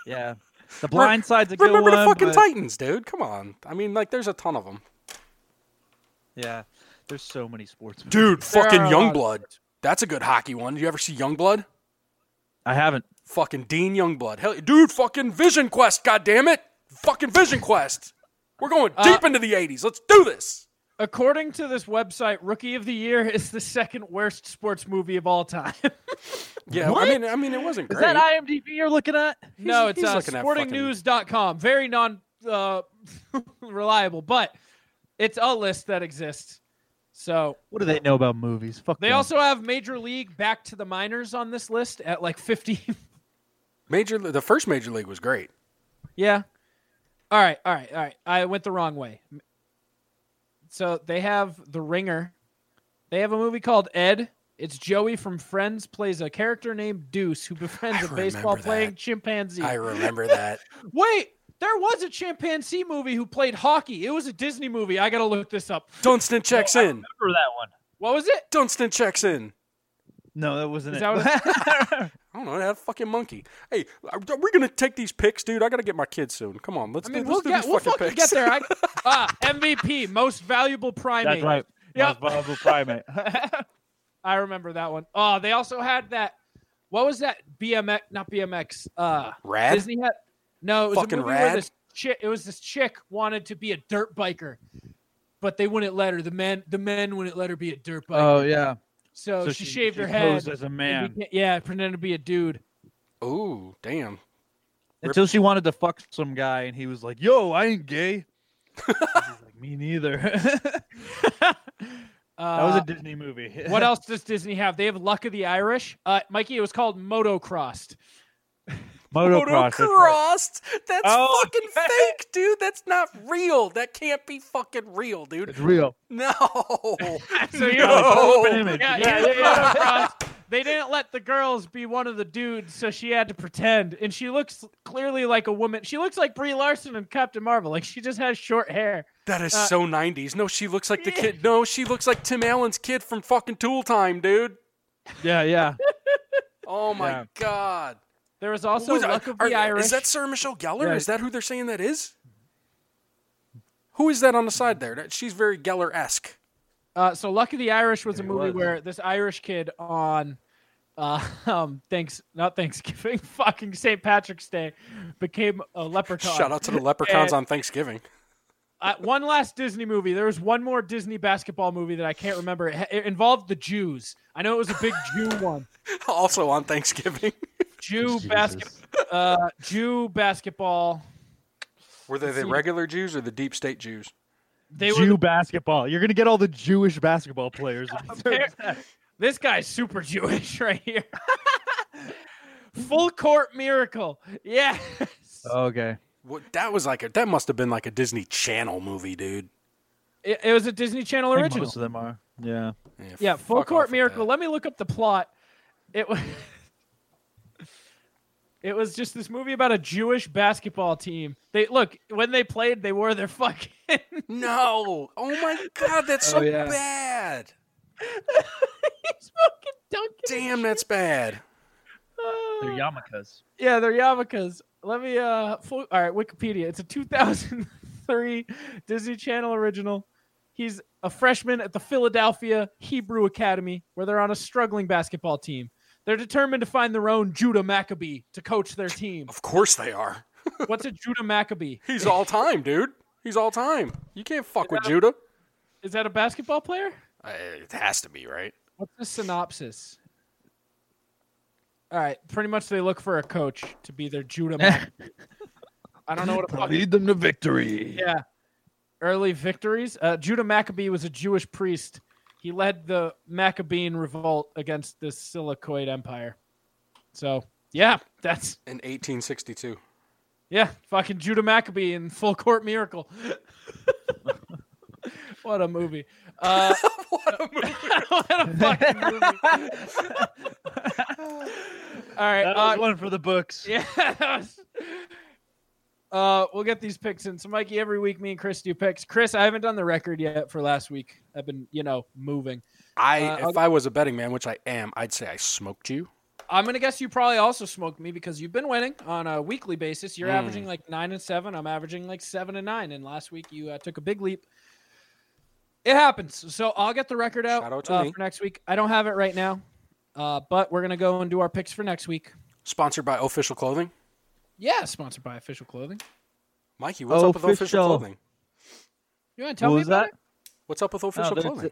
E: Yeah. The blind side's a good
F: Remember the
E: one,
F: fucking
E: but-
F: Titans, dude. Come on. I mean, like there's a ton of them.
E: Yeah. There's so many sports. movies.
F: Dude,
D: There
F: fucking
D: are a lot of
F: Youngblood.
D: sports.
F: That's a good hockey one. You ever see Youngblood?
E: I haven't.
F: Fucking Dean Youngblood. Hell, dude, fucking Vision Quest, God damn it! Fucking Vision Quest. We're going
E: Uh,
F: deep into the 80s. Let's do this.
D: According to this website, Rookie of the Year is the second worst sports movie of all time.
F: Yeah,
E: What?
F: I mean I mean it wasn't
E: Is
F: great.
E: that IMDb you're looking at?
D: no, it's
F: he's
D: uh,
F: looking at
D: sportingnews.com. Very non uh, reliable, but it's a list that exists. So
E: What do they know about movies? Fuck.
D: they
E: them.
D: also have Major League Back to the Minors on this list at like 15.
F: Major the first major league was great.
D: Yeah. All right, all right, all right. I went the wrong way. So they have The Ringer. They have a movie called Ed. It's Joey from Friends plays a character named Deuce who befriends
F: I
D: a baseball
F: remember
D: playing
F: that.
D: chimpanzee.
F: I remember that.
D: Wait, there was a chimpanzee movie who played hockey. It was a Disney movie. I got to look this up.
F: Dunstan checks in.
E: remember that one.
D: What was it?
F: Dunstan checks in.
E: No, that wasn't
D: Is
E: it.
D: that
F: I don't know, that fucking monkey. Hey, are are we gonna take these picks, dude? I gotta get my kids soon. Come on, let's
D: I mean,
F: do,
D: we'll
F: let's do
D: get
F: these
D: we'll
F: fucking
D: fucking
F: picks.
D: get there. I, ah, MVP, most valuable primate.
E: That's right.
D: Yep.
E: Most Valuable primate.
D: I remember that one. Oh, they also had that. What was that? BMX, not BMX. Uh,
F: Rad?
D: Disney had. No, it was
F: Fucking
D: a movie where
F: Rad?
D: this chick. It was this chick wanted to be a dirt biker, but they wouldn't let her. The men, the men wouldn't let her be a dirt biker.
E: Oh yeah.
D: so, she, shaved her
E: posed
D: head.
E: as a
D: and
E: man
D: beca- yeah, pretended to be a dude.
F: Ooh, damn.
E: until she wanted to fuck some guy, and he was like, "Yo, I ain't gay." And she's like, Me neither. that was
D: Uh,
E: a Disney movie.
D: what else does Disney have? They have Luck of the Irish. Uh, Mikey, it was called Motocrossed.
E: Motocross. that's right.
F: Motocrossed? That's
E: Oh,
F: fucking
E: yeah.
F: fake, dude. That's not real. That can't be fucking real, dude.
E: It's real.
F: No.
D: So
F: no.
D: you're like,
E: "Pull up an image."
D: Yeah,
E: Yeah,
D: yeah, yeah, Motocross. They didn't let the girls be one of the dudes, so she had to pretend. And she looks clearly like a woman. She looks like Brie Larson in Captain Marvel. Like she just has short hair.
F: That is
D: Uh,
F: so 90s. No, she looks like the
D: yeah.
F: kid. No, she looks like Tim Allen's kid from fucking Tool Time, dude.
E: Yeah, yeah.
F: Oh my
E: Yeah.
F: god.
D: There was also
F: Who's-
D: Luck of
F: are-
D: the Irish.
F: Is that Sarah Michelle Gellar?
E: Yeah.
F: Is that who they're saying that is? Who is that on the side there? That- She's very Geller esque.
D: Uh, so Luck of the Irish was a
E: It
D: movie
E: was.
D: where this Irish kid on uh, um, thanks not Thanksgiving, fucking St. Patrick's Day, became a leprechaun.
F: Shout out to the leprechauns
D: Yeah.
F: on Thanksgiving.
D: Uh, one last Disney movie. There was one more Disney basketball movie that I can't remember. It, ha- it involved the Jews. I know it was a big Jew one.
F: Also on Thanksgiving.
D: Jew basket, uh, Jew basketball.
F: Were they the regular Jews or the deep state Jews?
D: They
E: Jew
D: were.
E: basketball. You're gonna get all the Jewish basketball players.
D: Appar- this guy's super Jewish right here. Full court miracle. Yes.
E: okay.
F: What, that was like a that must have been like a Disney Channel movie, dude.
D: It, it was a Disney Channel
E: I think
D: original.
E: Most of them are. Yeah.
D: Yeah, Full
F: fuck off
D: Court
F: with
D: Miracle.
F: that.
D: Let me look up the plot. It was It was just this movie about a Jewish basketball team. They look, when they played, they wore their fucking
F: No. Oh my god, that's so
E: Oh, yeah.
F: bad.
D: he's fucking dunking.
F: Damn, that's bad.
E: They're
D: Uh,
E: yarmulkes.
D: yeah, they're yarmulkes. Let me uh full, all right, Wikipedia. It's a 2003 Disney Channel original. He's a freshman at the Philadelphia Hebrew Academy where they're on a struggling basketball team. They're determined to find their own Judah Maccabee to coach their team.
F: Of course they are.
D: What's a Judah Maccabee?
F: He's all time, dude. He's all time. You can't fuck with Judah.
D: Is that a basketball player?
F: Uh, it has to be, right?
D: What's the synopsis? All right, pretty much they look for a coach to be their Judah Maccabee. I don't know what a fucking
E: Lead them to victory.
D: yeah. Early victories. Uh, Judah Maccabee was a Jewish priest. He led the Maccabean revolt against the Seleucid Empire. So yeah, that's
F: In 1862.
D: yeah, fucking Judah Maccabee in Full Court Miracle. what a movie! Uh,
F: what a movie.
D: what a fucking movie. All right.
E: That
D: uh,
E: was one for the books.
D: yeah. that was- Uh, we'll get these picks in. So, Mikey, every week, me and Chris do picks. Chris, I haven't done the record yet for last week. I've been, you know, moving.
F: I,
D: Uh,
F: if I was a betting man, which I am, I'd say I smoked you.
D: I'm gonna guess you probably also smoked me because you've been winning on a weekly basis. You're averaging like nine and seven. I'm averaging like seven and nine. And last week, you uh, took a big leap. It happens. So I'll get the record out,
F: Shout out to
D: uh,
F: me.
D: for next week. I don't have it right now, uh, but we're gonna go and do our picks for next week.
F: Sponsored by Official Clothing.
D: Yeah, sponsored by Official Clothing.
F: Mikey, what's up with Official
E: Official.
F: Clothing?
D: You want to tell
E: What
D: me
E: was
D: about
E: that?
D: it?
F: What's up with Official
E: there's
F: Clothing?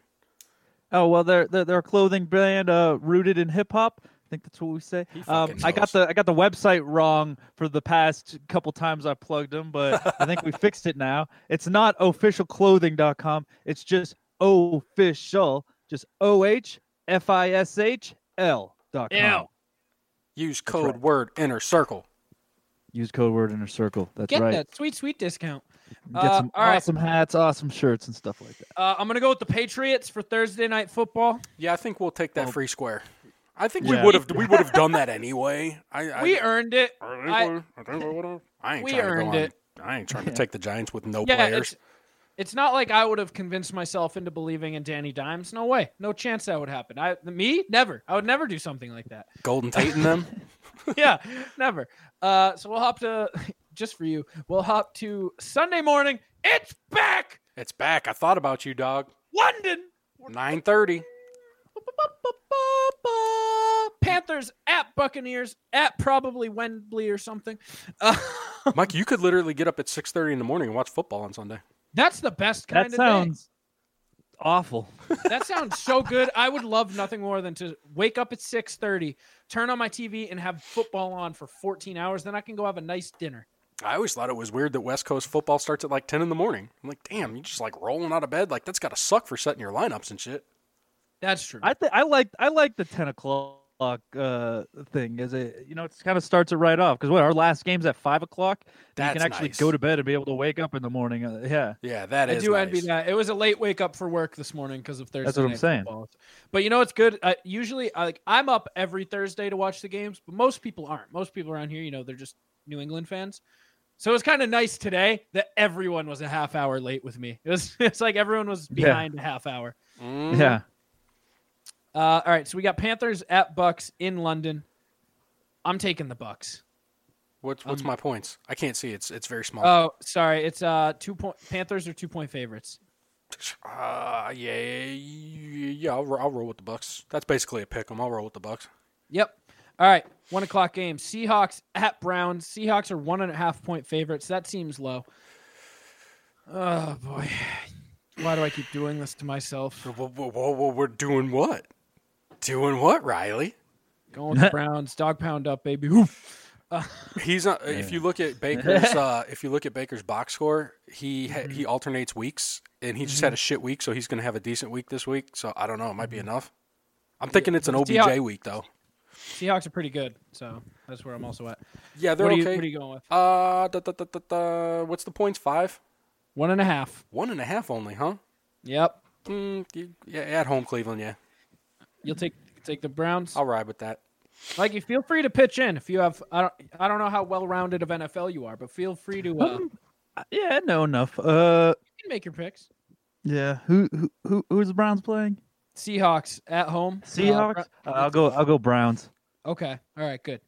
E: Oh well, they're they're, they're a clothing brand uh, rooted in hip hop. I think that's what we say.
F: He
E: Um,
F: fucking
E: I got
F: knows.
E: the I got the website wrong for the past couple times I plugged them, but I think we fixed it now. It's not officialclothing.com. It's just official, just O H F I S H L dot com.
D: Ew.
F: Use code word inner circle.
E: Use code word inner circle. That's
D: Get
E: right.
D: that sweet, sweet discount.
E: Get
D: Uh,
E: some
D: all right.
E: awesome hats, awesome shirts, and stuff like that.
D: Uh, I'm gonna go with the Patriots for Thursday night football.
F: Yeah, I think we'll take that free square. I think we
E: Yeah.
F: would have we would have done that anyway. I, I,
D: We earned it.
F: I,
D: I-
F: think we- I think we would have. I ain't
D: We
F: trying to go
D: earned
F: on-
D: it.
F: I ain't trying to take the Giants with no
D: Yeah,
F: players.
D: it's, it's not like I would have convinced myself into believing in Danny Dimes. No way. No chance that would happen. I me never. I would never do something like that.
F: Golden Tate and them.
D: yeah, never. Uh, so we'll hop to just for you. We'll hop to Sunday morning. It's back,
F: It's back. I thought about you, dog.
D: London.
F: Nine thirty.
D: Panthers at Buccaneers at probably Wembley or something. Uh,
F: Mike, you could literally get up at six thirty in the morning and watch football on Sunday.
D: That's the best kind
E: That
D: of
E: sounds awful.
D: thing. That sounds so good. I would love nothing more than to wake up at 6:30, turn on my TV and have football on for 14 hours, then I can go have a nice dinner.
F: I always thought it was weird that West Coast football starts at like ten in the morning. I'm like, damn, you just like rolling out of bed. Like that's got to suck for setting your lineups and shit.
D: That's true.
E: I th- I like I like the ten o'clock uh, thing. Is it you know it kind of starts it right off because what our last game's at five o'clock. and you
F: That's
E: can actually
F: nice.
E: go to bed and be able to wake up in the morning. Uh, yeah,
F: Yeah, that
D: I
F: is.
D: do
F: nice.
D: envy that. It was a late wake up for work this morning because of Thursday.
E: That's what I'm
D: night
E: saying.
D: football. But you know what's good? Uh, usually, I, like I'm up every Thursday to watch the games, but most people aren't. Most people around here, you know, they're just New England fans. So it was kind of nice today that everyone was a half hour late with me. It was it's like everyone was
E: Yeah.
D: behind a half hour.
F: Mm.
E: yeah.
D: Uh, all right, so we got Panthers at Bucks in London. I'm taking the Bucks.
F: What's what's
D: Um,
F: my points? I can't see. It's it's very small.
D: Oh, sorry, it's uh two point Panthers are two point favorites.
F: Uh, yeah, yeah. I'll, ro- I'll roll with the Bucks. That's basically a pick 'em. I'll roll with the Bucks.
D: Yep. All right. One o'clock game. Seahawks at Browns. Seahawks are one and a half point favorites. That seems low. Oh boy. Why do I keep doing this to myself?
F: Whoa, whoa, whoa, whoa, we're doing what? Doing what, Riley?
D: Going with the Browns. Dog pound up, baby. Oof.
F: He's not. If you look at Baker's, uh, if you look at Baker's box score, he ha- he alternates weeks, and he just had a shit week, so he's going to have a decent week this week. So I don't know. It might be enough. I'm thinking it's an
D: Let's
F: OBJ
D: see how-
F: week, though.
D: Seahawks are pretty good, so that's where I'm also at.
F: Yeah, they're
D: What are, you,
F: okay.
D: what are you going with?
F: Uh, da, da, da, da, da. what's the points? Five,
D: One and a half.
F: one and a half only, huh?
D: Yep.
F: Mm, you- yeah, at home, Cleveland. Yeah,
D: You'll take take the Browns.
F: I'll ride with that.
D: Mikey, feel free to pitch in if you have. I don't. I don't know how well rounded of NFL you are, but feel free to. Uh, you
E: Um, yeah, no enough. Uh,
D: can make your picks.
E: yeah. Who who who who's the Browns playing?
D: Seahawks at home. Uh,
E: Seahawks. Uh, I'll go. I'll go Browns.
D: Okay. All right. Good.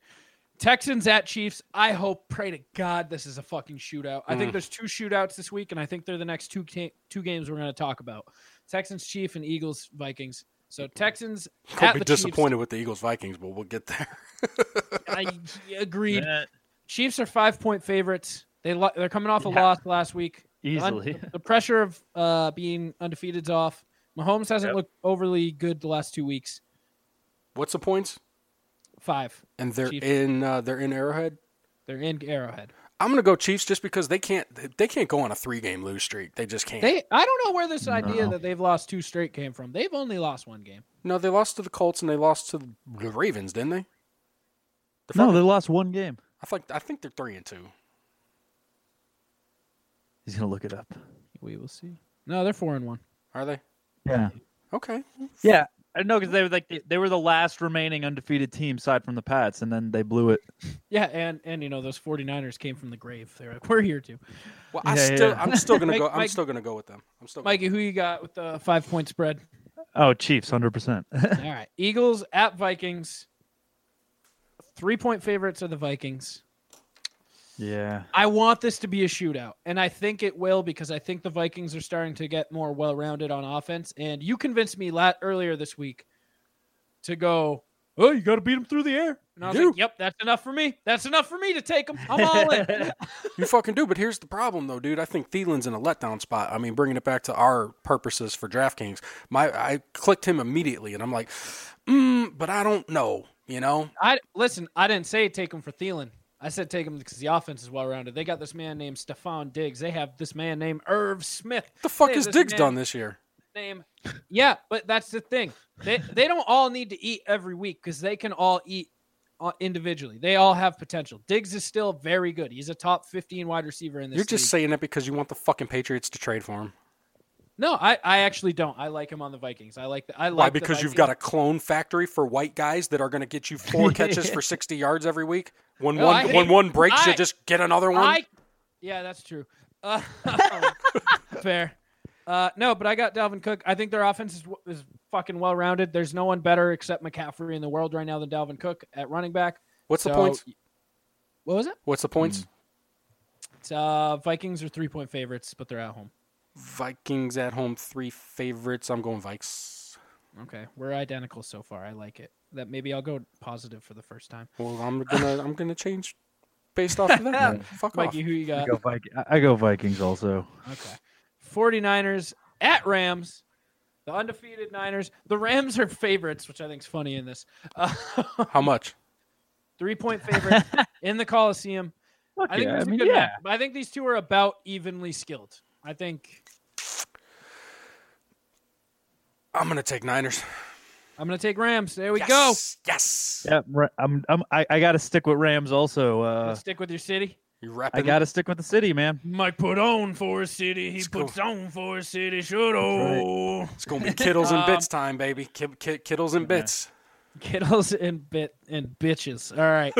D: Texans at Chiefs. I hope, pray to God, this is a fucking shootout. I
E: Mm.
D: think there's two shootouts this week, and I think they're the next two ca- two games we're going to talk about: Texans, Chief, and Eagles, Vikings. So Texans
F: I'll
D: at
F: be
D: the
F: disappointed with the Eagles Vikings, but we'll get there.
D: Chiefs. I agreed. Chiefs are five point favorites. They lo- they're coming off a
E: Yeah.
D: loss last week. The un-
E: Easily.
D: the pressure of uh, being undefeated's off. Mahomes hasn't
E: Yep.
D: looked overly good the last two weeks.
F: What's the points?
D: Five.
F: And they're
D: Chiefs.
F: in uh, they're in Arrowhead.
D: They're in Arrowhead.
F: I'm gonna go Chiefs just because they can't they can't go on a three game lose streak. They just can't.
D: They I don't know where this idea
E: No.
D: that they've lost two straight came from. They've only lost one game.
F: no, they lost to the Colts and they lost to the Ravens, didn't they? The
E: No,
F: fucking-
E: they lost one game.
F: I think I think they're three and two.
E: He's gonna look it up.
D: We will see. No, they're four and one.
F: Are they?
E: Yeah.
F: Okay.
E: Yeah. I know because they were like they, they were the last remaining undefeated team aside from the Pats, and then they blew it.
D: Yeah, and and you know those 49ers came from the grave. They're like, we're here too.
F: Well, I
E: Yeah, yeah,
F: still
E: yeah.
F: I'm still gonna
D: Mike-
F: go. I'm
D: Mike-
F: still gonna go with them. I'm still
D: Mikey, who you got with the five point spread?
E: Oh, Chiefs, hundred percent.
D: All right, Eagles at Vikings. Three point favorites are the Vikings.
E: Yeah.
D: I want this to be a shootout, and I think it will because I think the Vikings are starting to get more well rounded on offense. And you convinced me lat earlier this week to go, oh, you got to beat them through the air. And I was
F: You
D: like,
F: do.
D: yep, that's enough for me. That's enough for me to take them. I'm all in.
F: You fucking do, but here's the problem, though, dude. I think Thielen's in a letdown spot. I mean, bringing it back to our purposes for DraftKings, my I clicked him immediately, and I'm like, mm, but I don't know, you know.
D: I listen. I didn't say take him for Thielen. I said take him because the offense is well rounded. They got this man named Stephon Diggs. They have this man named Irv Smith.
F: The fuck
D: They have
F: has
D: this
F: Diggs
D: man-
F: done this year?
D: name. Yeah, but that's the thing. They they don't all need to eat every week because they can all eat uh, individually. They all have potential. Diggs is still very good. He's a top fifteen wide receiver in this.
F: You're just
D: league.
F: saying that because you want the fucking Patriots to trade for him.
D: no. I, I actually don't. I like him on the Vikings. I like the, I like
F: Why?
D: the
F: Because you've
D: Vikings.
F: got a clone factory for white guys that are going to get you four catches for 60 yards every week. When
D: No, I
F: one
D: hate-
F: when one breaks,
D: I-
F: you just get another one.
D: I, yeah, that's true. Uh, fair. Uh, no, but I got Dalvin Cook. I think their offense is, is fucking well rounded. There's no one better except McCaffrey in the world right now than Dalvin Cook at running back.
F: What's the
D: So- Mm.
F: points?
D: What was it?
F: What's the points?
D: It's, uh, Vikings are three point favorites, but they're at home.
F: Vikings at home, three favorites. I'm going Vikes.
D: Okay, we're identical so far. I like it. That maybe I'll go positive for the first time.
F: Well, I'm gonna I'm gonna change based off of that. man. Fuck off.
D: Mikey, who you got?
E: I go, Viking- I- I go Vikings also.
D: Okay. 49ers at Rams. The undefeated Niners. The Rams are favorites, which I think is funny in this. Uh,
F: How much?
D: three point favorite in the Coliseum. I think
E: yeah,
D: it's
E: I mean,
D: a good
E: yeah.
D: match. But I think these two are about evenly skilled. I think
F: I'm gonna take Niners.
D: I'm going to take Rams. There we go.
F: Yes.
E: Yeah, Ra- I'm, I'm, I, I got to stick with Rams also. Uh,
D: Let's stick with your city.
F: You rapping?
E: I got to stick with the city, man.
D: Mike put on for a city. He
F: go.
D: puts on for a city. Should oh.
F: It's gonna be Kittles and
D: Um,
F: bits time, baby. Kid, kid, Kittles and bits.
D: Kittles and bit and bitches. All right.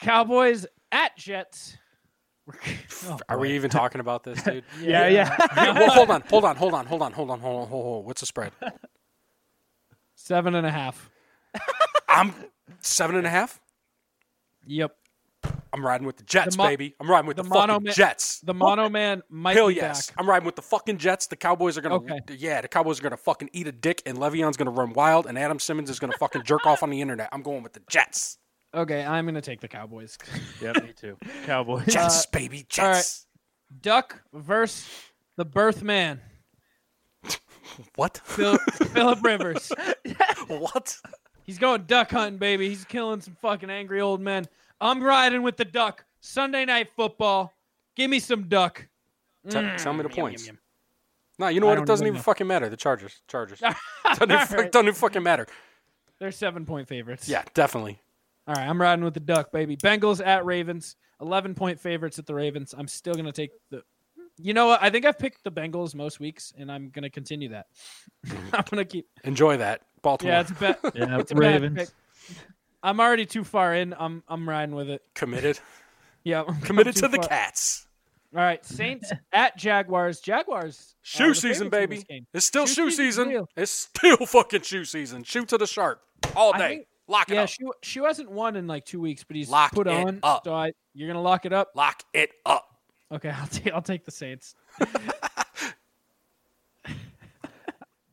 D: Cowboys at Jets. Oh,
F: Are we even talking about this, dude?
E: Yeah, yeah.
F: Hey, well, hold on, hold on, hold on, hold on, hold on, hold on, hold on, hold on. What's the spread?
D: Seven and a half.
F: I'm seven and a half.
D: Yep.
F: I'm riding with the Jets,
D: The mo-
F: baby. I'm riding with the,
D: the
F: fucking
D: mono-
F: Jets.
D: The mono man might
F: Hell
D: be
F: yes,
D: back.
F: I'm riding with the fucking Jets. The Cowboys are gonna,
D: Okay.
F: yeah, the Cowboys are gonna fucking eat a dick, and Le'Veon's gonna run wild, and Adam Simmons is gonna fucking jerk off on the internet. I'm going with the Jets.
D: Okay, I'm gonna take the Cowboys.
E: yeah, me too. Cowboys.
D: Uh,
F: Jets, baby, Jets.
D: Duck versus the birth man,
F: What?
D: Phil- Philip Rivers.
F: what?
D: He's going duck hunting, baby. He's killing some fucking angry old men. I'm riding with the duck. Sunday night football. Give me some duck.
F: Te- tell me the points. No, you
D: Mm.
F: know
D: I
F: what? It
D: don't
F: doesn't
D: even
F: even
D: know.
F: fucking matter. The Chargers, Chargers. doesn't, even, fuck-
D: Alright.
F: doesn't even fucking matter.
D: They're seven point favorites.
F: Yeah, definitely.
D: All right, I'm riding with the duck, baby. Bengals at Ravens. Eleven point favorites at the Ravens. I'm still gonna take the. You know what? I think I've picked the Bengals most weeks, and I'm gonna continue that. I'm gonna keep.
F: Enjoy that, Baltimore.
D: Yeah, it's a bet.
E: Yeah,
D: It's a bad pick.
E: Ravens.
D: I'm already too far in. I'm I'm riding with it.
F: committed,
D: Yeah, I'm
F: committed
D: too
F: to the
D: far.
F: Cats.
D: All right, Saints at Jaguars. Jaguars. are
F: Shoe
D: the
F: season,
D: favorites in this
F: baby.
D: game.
F: It's still shoe,
D: Shoe season's
F: season.
D: real.
F: It's still fucking shoe season. Shoe to the sharp all
D: I
F: day.
D: think-
F: lock it
D: Yeah,
F: up.
D: Shoe Shoe hasn't won in like two weeks, but he's
F: Lock
D: put
F: it
D: on.
F: up.
D: So I, you're gonna lock it up.
F: lock it up.
D: Okay, I'll take I'll take the Saints.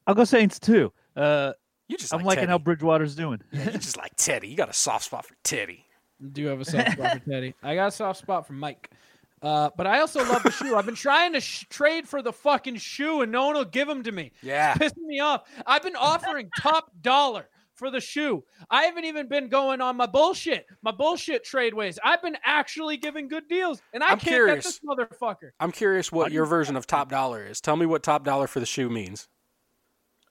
E: I'll go Saints too. Uh,
F: You just
E: I'm
F: like
E: liking
F: Teddy.
E: how Bridgewater's doing.
F: Yeah, you just like Teddy. You got a soft spot for Teddy.
D: do have a soft spot for Teddy. I got a soft spot for Mike. Uh, but I also love the shoe. I've been trying to sh- trade for the fucking shoe, and no one will give them to me.
F: Yeah.
D: It's pissing me off. I've been offering top dollar for the shoe. I haven't even been going on my bullshit, my bullshit trade ways. I've been actually giving good deals, and I
F: I'm
D: can't get
F: curious.
D: this motherfucker.
F: I'm curious what your version of top dollar is. Tell me what top dollar for the shoe means.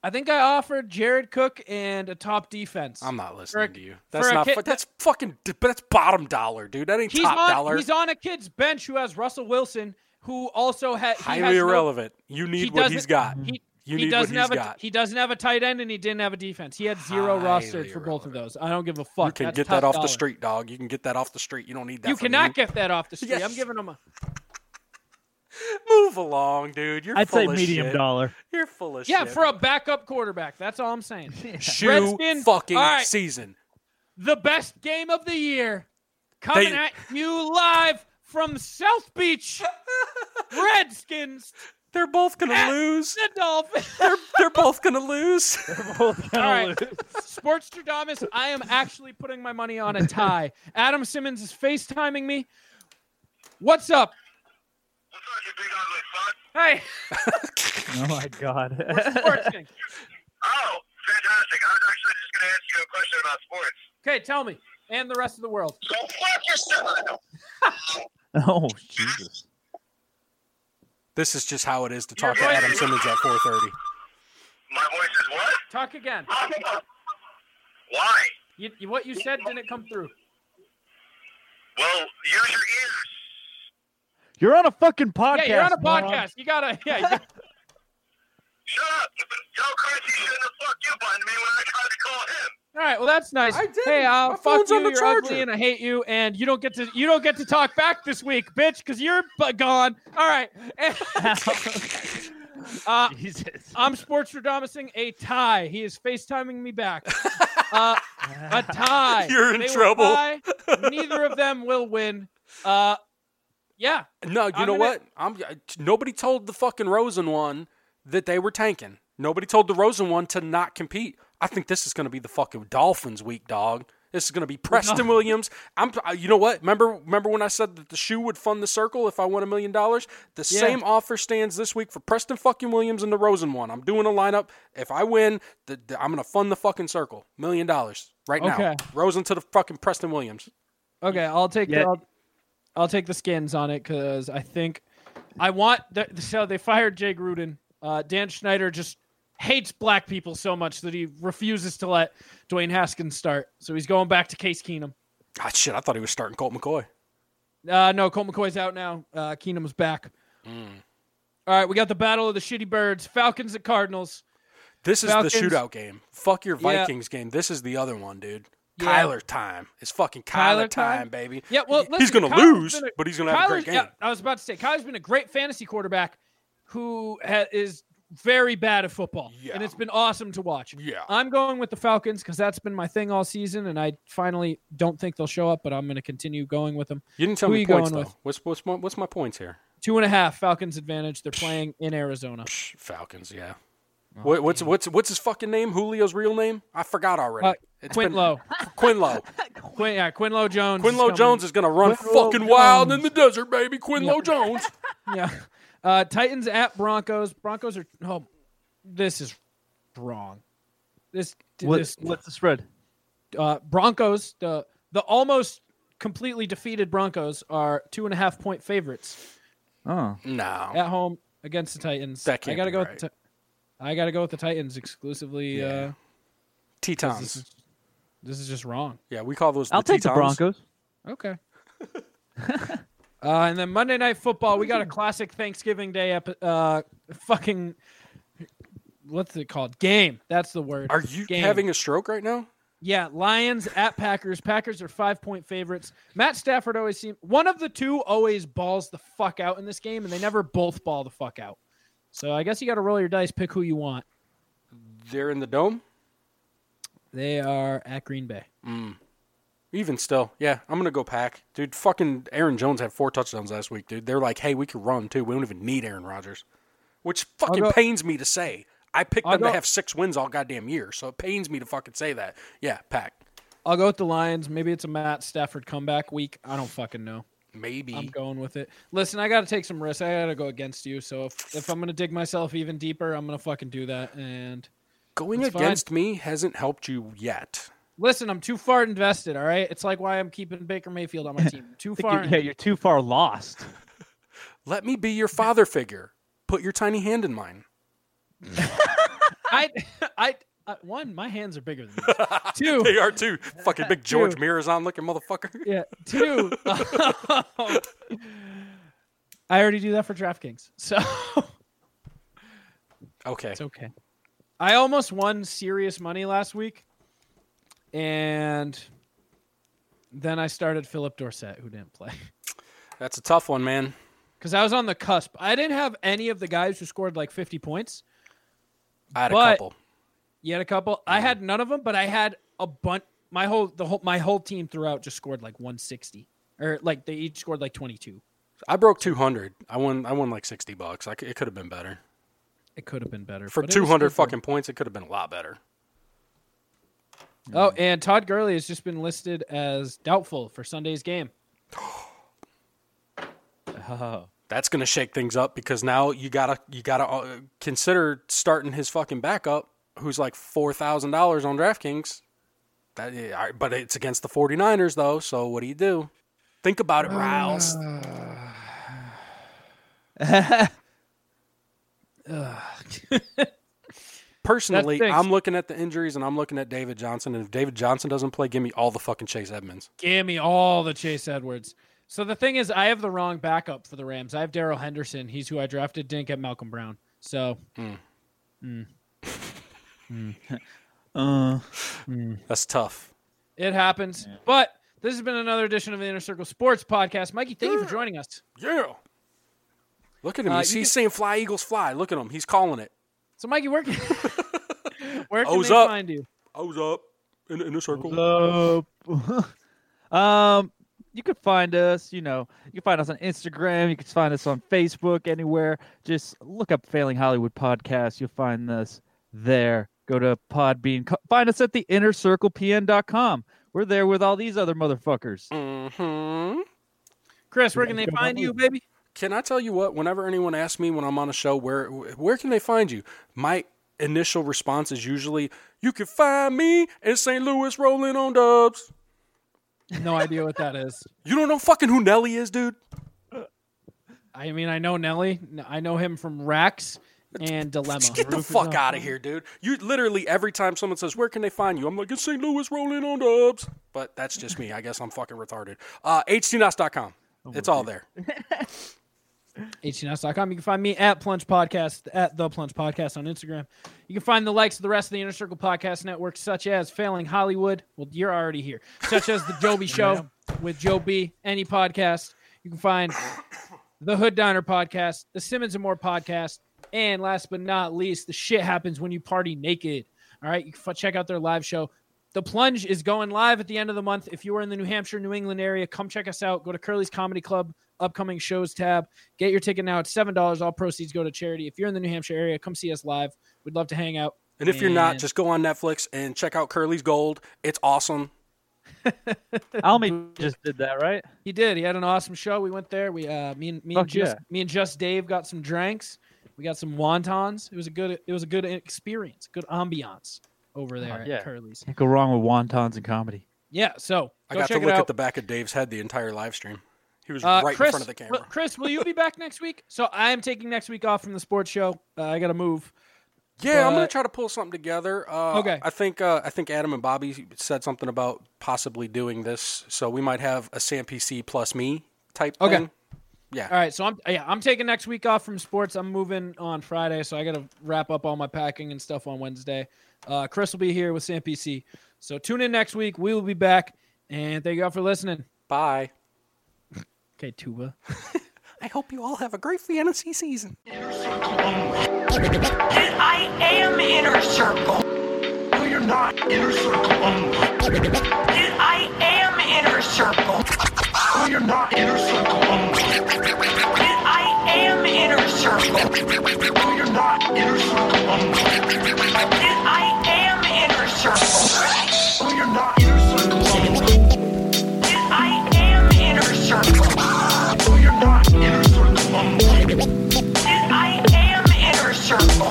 D: I think I offered Jared Cook and a top defense.
F: I'm not listening
D: a-
F: to you.
D: for
F: That's
D: a
F: not.
D: kid
F: fu-
D: that-
F: that's fucking. But that's bottom dollar, dude. That ain't
D: he's
F: top
D: on,
F: dollar.
D: He's on a kid's bench who has Russell Wilson, who also ha- he has
F: Highly
D: no-
F: irrelevant. You need
D: he
F: what
D: doesn't-
F: he's got.
D: He,
F: You
D: he
F: need what
D: doesn't
F: he's
D: have a
F: got.
D: he doesn't have a tight end and he didn't have a defense. He had zero
F: Highly
D: rosters for both of
F: irrelevant.
D: those. I don't give a fuck.
F: you can
D: That's
F: get that
D: top
F: off
D: dollar.
F: the street, dog. You can get that off the street. You don't need that.
D: You
F: from
D: cannot
F: me.
D: get that off the street.
F: Yes.
D: I'm giving him a
F: move along, dude. You're
E: I'd
F: full
E: say
F: of
E: medium
F: shit.
E: dollar.
F: You're full of
D: yeah
F: shit.
D: for a backup quarterback. That's all I'm saying.
F: shoe
D: Redskin-
F: fucking
D: all right.
F: season.
D: the best game of the year coming
F: They-
D: at you live from South Beach. Redskins,
F: They're both gonna lose.
D: the Dolphins.
F: They're they're both gonna lose.
D: All
E: Oh,
D: right. Sports Stradamus, I am actually putting my money on a tie. Adam Simmons is FaceTiming me. What's up?
B: What's up, you big ugly fuck?
D: Hey,
E: Oh my god.
D: sports thing.
B: Oh, fantastic. I was actually just going to ask you a question about sports.
D: Okay, tell me. And the rest of the world.
B: Go fuck yourself.
E: oh Jesus.
F: This is just how it is to talk to
D: voice
F: Adam
D: is-
F: Simmons at 4:30.
B: My voice is what?
D: Talk again.
B: Why?
D: You, you- what you said didn't come through.
B: Well, use your ears.
E: You're on a fucking podcast.
D: Yeah, you're on a
E: moron.
D: podcast. You gotta. Yeah, you gotta-
B: Shut up. Yo, Chris, you shouldn't have fucked you button me when I tried to call him.
D: all right. Well, that's nice.
F: I didn't.
D: Hey, uh,
F: My
D: fuck
F: phone's
D: you.
F: on the
D: You're
F: charger.
D: ugly, and I hate you. And you don't get to. You don't get to talk back this week, bitch, because you're bu- gone. All right. uh,
E: Jesus.
D: I'm sports Radamusing a tie. He is FaceTiming me back. Uh, a tie.
F: You're in
D: will
F: trouble.
D: tie. Neither of them will win. Uh, yeah.
F: No, you
D: I'm gonna-
F: know what? I'm I- t- nobody told the fucking Rosen one that they were tanking. Nobody told the Rosen one to not compete. I think this is going to be the fucking Dolphins week, dog. This is going to be Preston Williams. I'm. I- You know what? Remember, remember when I said that the shoe would fund the circle if I won a million dollars? The same offer stands this week for Preston fucking Williams and the Rosen one. I'm doing a lineup. If I win, the, the- I'm going to fund the fucking circle. Million dollars right now.
D: Okay.
F: Rosen to the fucking Preston Williams.
D: Okay, I'll take
E: Yeah.
D: the, I'll, I'll take the skins on it because I think I want the, so they fired Jay Gruden. Uh, Dan Schneider just hates black people so much that he refuses to let Dwayne Haskins start, so he's going back to Case Keenum.
F: Ah, shit! I thought he was starting Colt McCoy.
D: Uh, no, Colt McCoy's out now. Uh, Keenum's back. All right, we got the battle of the shitty birds: Falcons at Cardinals.
F: This is
D: Falcons.
F: the shootout game. Fuck your
D: Yeah.
F: Vikings game. This is the other one, dude.
D: Yeah.
F: Kyler time. It's fucking Kyler,
D: Kyler
F: time,
D: time?
F: baby.
D: Yeah, well,
F: he's
D: listen,
F: going to
D: Kyler's
F: lose,
D: been a-
F: but he's going to have a great
D: Kyler's-
F: game.
D: yeah, I was about to say Kyler's been a great fantasy quarterback who ha- is very bad at football,
F: Yeah.
D: and it's been awesome to watch.
F: Yeah.
D: I'm going with the Falcons because that's been my thing all season, and I finally don't think they'll show up, but I'm going to continue going with them.
F: You didn't tell
D: Who
F: me
D: you
F: points though.
D: going with?
F: What's what's my, what's my points here?
D: Two and a half Falcons advantage. They're playing in Arizona.
F: Psh, Falcons, yeah.
E: Oh,
F: what, what's what's what's his fucking name? Julio's real name? I forgot already.
D: Uh,
F: It's been-
D: Quinlow,
F: Quinlow.
D: Quin, yeah, Quinlow Jones. is
F: Quinlow
D: coming.
F: Jones is gonna run
D: Quinlow
F: fucking wild
D: Jones.
F: in the desert, baby. Quinlow Jones.
D: Yeah. Uh, Titans at Broncos. Broncos are. Oh, this is wrong. This.
E: What,
D: this
E: what's the spread?
D: uh, Broncos, the the almost completely defeated Broncos are two and a half point favorites
E: Oh,
F: No.
D: at home against the Titans.
F: That can't
D: I gotta
F: be
D: go.
F: right.
D: With the, Ti- I gotta go with the Titans exclusively.
F: Yeah.
D: Uh, this,
F: Tetons.
D: is, this is just wrong.
F: Yeah, we call those.
E: I'll
F: the
E: take the
F: Tetons.
E: Broncos.
D: Okay. uh, and then Monday Night Football, we got a classic Thanksgiving Day epi- uh, fucking. What's it called? Game. That's the word.
F: Are you
D: Game.
F: having a stroke right now?
D: Yeah, Lions at Packers. Packers are five point favorites. Matt Stafford always seems one of the two always balls the fuck out in this game, and they never both ball the fuck out. So I guess you got to roll your dice, pick who you want.
F: They're in the dome.
D: They are at Green Bay.
F: Even still, yeah, I'm gonna go pack, dude. Fucking Aaron Jones had four touchdowns last week, dude. They're like, hey, we could run too. We don't even need Aaron Rodgers, which fucking
D: go-
F: pains me to say. I picked
D: I'll
F: them to
D: go-
F: have six wins all goddamn year, so it pains me to fucking say that. Yeah, pack.
D: I'll go with the Lions. Maybe it's a Matt Stafford comeback week. I don't fucking know.
F: Maybe
D: I'm going with it. Listen, I got to take some risks. I got to go against you. So if, if I'm going to dig myself even deeper, I'm going to fucking do that. And
F: going
D: It's fine.
F: against me hasn't helped you yet.
D: listen, I'm too far invested. All right. It's like why I'm keeping Baker Mayfield on my team. Too
E: I think you're-
D: far.
E: yeah, you're too far lost.
F: Let me be your father figure. Put your tiny hand in mine.
D: I, I, uh, one, my hands are bigger than yours. two,
F: They are too fucking big George Mirazon looking motherfucker.
D: yeah, two. I already do that for DraftKings, so
F: Okay,
D: it's okay. I almost won serious money last week, and then I started Philip Dorset, who didn't play.
F: that's a tough one, man.
D: Because I was on the cusp. I didn't have any of the guys who scored like 50 points.
F: I had a
D: But-
F: couple.
D: You had a couple. I had none of them, but I had a bunch. My whole the whole my whole team throughout just scored like 160, or like they each scored like 22.
F: I broke 200. I won. I won like 60 bucks. I c it could have been better.
D: It could have been better
F: for
D: but it was
F: 200
D: still
F: fucking points, it could have been a lot better.
D: good. Oh, and Todd Gurley has just been listed as doubtful for Sunday's game.
F: That's going to shake things up because now you gotta you gotta uh, consider starting his fucking backup, who's like four thousand dollars on DraftKings. That, yeah, all right, but it's against the 49ers though, so what do you do? Think about it, Riles. Personally,
D: That stinks.
F: I'm looking at the injuries and I'm looking at David Johnson. And if David Johnson doesn't play, give me all the fucking Chase Edmonds.
D: Give me all the Chase Edwards. So the thing is, I have the wrong backup for the Rams. I have Daryl Henderson. He's who I drafted. Didn't get Malcolm Brown. So
E: Uh,
F: That's tough.
D: it happens. But this has been another edition of the Inner Circle Sports Podcast. Mikey, thank you for joining us.
F: Yeah. Look at him.
D: Uh,
F: he's
D: you
F: he's
D: can-
F: saying fly, Eagles, fly. Look at him. He's calling it.
D: So, Mikey, where can, where can
F: O's
D: they
F: up.
D: find you?
F: I was up in, in a circle.
E: so, um, you can find us. You know, you can find us on Instagram. You can find us on Facebook. Anywhere, just look up "Failing Hollywood Podcast." You'll find us there. Go to Podbean. Co- Find us at the Inner Circle PN.com. We're there with all these other motherfuckers.
F: Mm-hmm.
D: Chris, where can they find you, baby?
F: Can I tell you what? Whenever anyone asks me when I'm on a show, where where can they find you? My initial response is usually, "You can find me in St. Louis rolling on dubs."
D: No idea what that is.
F: You don't know fucking who Nelly is, dude.
D: I mean, I know Nelly. N- I know him from Rex and Dilemma.
F: Get the fuck out of here, dude. You literally every time someone says, "Where can they find you?" I'm like, "In St. Louis rolling on dubs." But that's just me. I guess I'm fucking retarded. Uh, HTNOS.com. It's all there.
D: HTNS.com. You can find me at Plunge Podcast, at The Plunge Podcast on Instagram. You can find the likes of the rest of the Inner Circle Podcast Network, such as Failing Hollywood. Well, you're already here. Such as The Joby Show with Joe B, any podcast. You can find The Hood Diner Podcast, The Simmons and More Podcast, and last but not least, The Shit Happens When You Party Naked. All right. You can f- check out their live show. The Plunge is going live at the end of the month. If you are in the New Hampshire, New England area, come check us out. Go to Curly's Comedy Club upcoming shows tab. Get your ticket now. It's seven dollars. All proceeds go to charity. If you're in the New Hampshire area, come see us live. We'd love to hang out.
F: And if you're not,
D: And-
F: just go on Netflix and check out Curly's Gold. It's awesome.
E: Almy just did that, right?
D: He did. He had an awesome show. We went there. We uh, me and me and
E: Fuck
D: just
E: yeah.
D: me and just Dave got some drinks. We got some wontons. It was a good. It was a good experience. Good ambiance over there
E: yeah.
D: at Curly's.
E: Can't go wrong with wontons and comedy.
D: Yeah. So
F: I
D: go
F: got to
D: check it
F: look at
D: out.
F: the back of Dave's head the entire live stream. He was
D: Uh,
F: right
D: Chris,
F: in front of the camera.
D: will- Chris, will you be back next week? So I am taking next week off from the sports show. Uh, I got to move.
F: yeah, I'm gonna
D: but-
F: try to pull something together. Uh,
D: Okay.
F: I think uh, I think Adam and Bobby said something about possibly doing this, so we might have a Sam PC plus me type
D: Okay.
F: thing. Yeah.
D: All right, so I'm yeah, I'm taking next week off from sports. I'm moving on Friday, so I got to wrap up all my packing and stuff on Wednesday. Uh, Chris will be here with Sam PC. So tune in next week. We will be back, and thank you all for listening.
F: Bye.
D: Okay, Tuba.
F: I hope you all have a great fantasy season.
B: And I am inner circle. No, you're not inner circle only. And I am inner circle. No, you're not inner circle only. And I am inner circle. No, you're not inner circle only. And I am inner circle. No, you're not inner circle only. And I am inner circle. No, you're not inner circle only. And I am inner circle.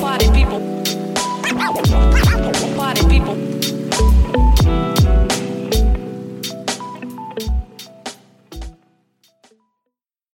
C: Party people.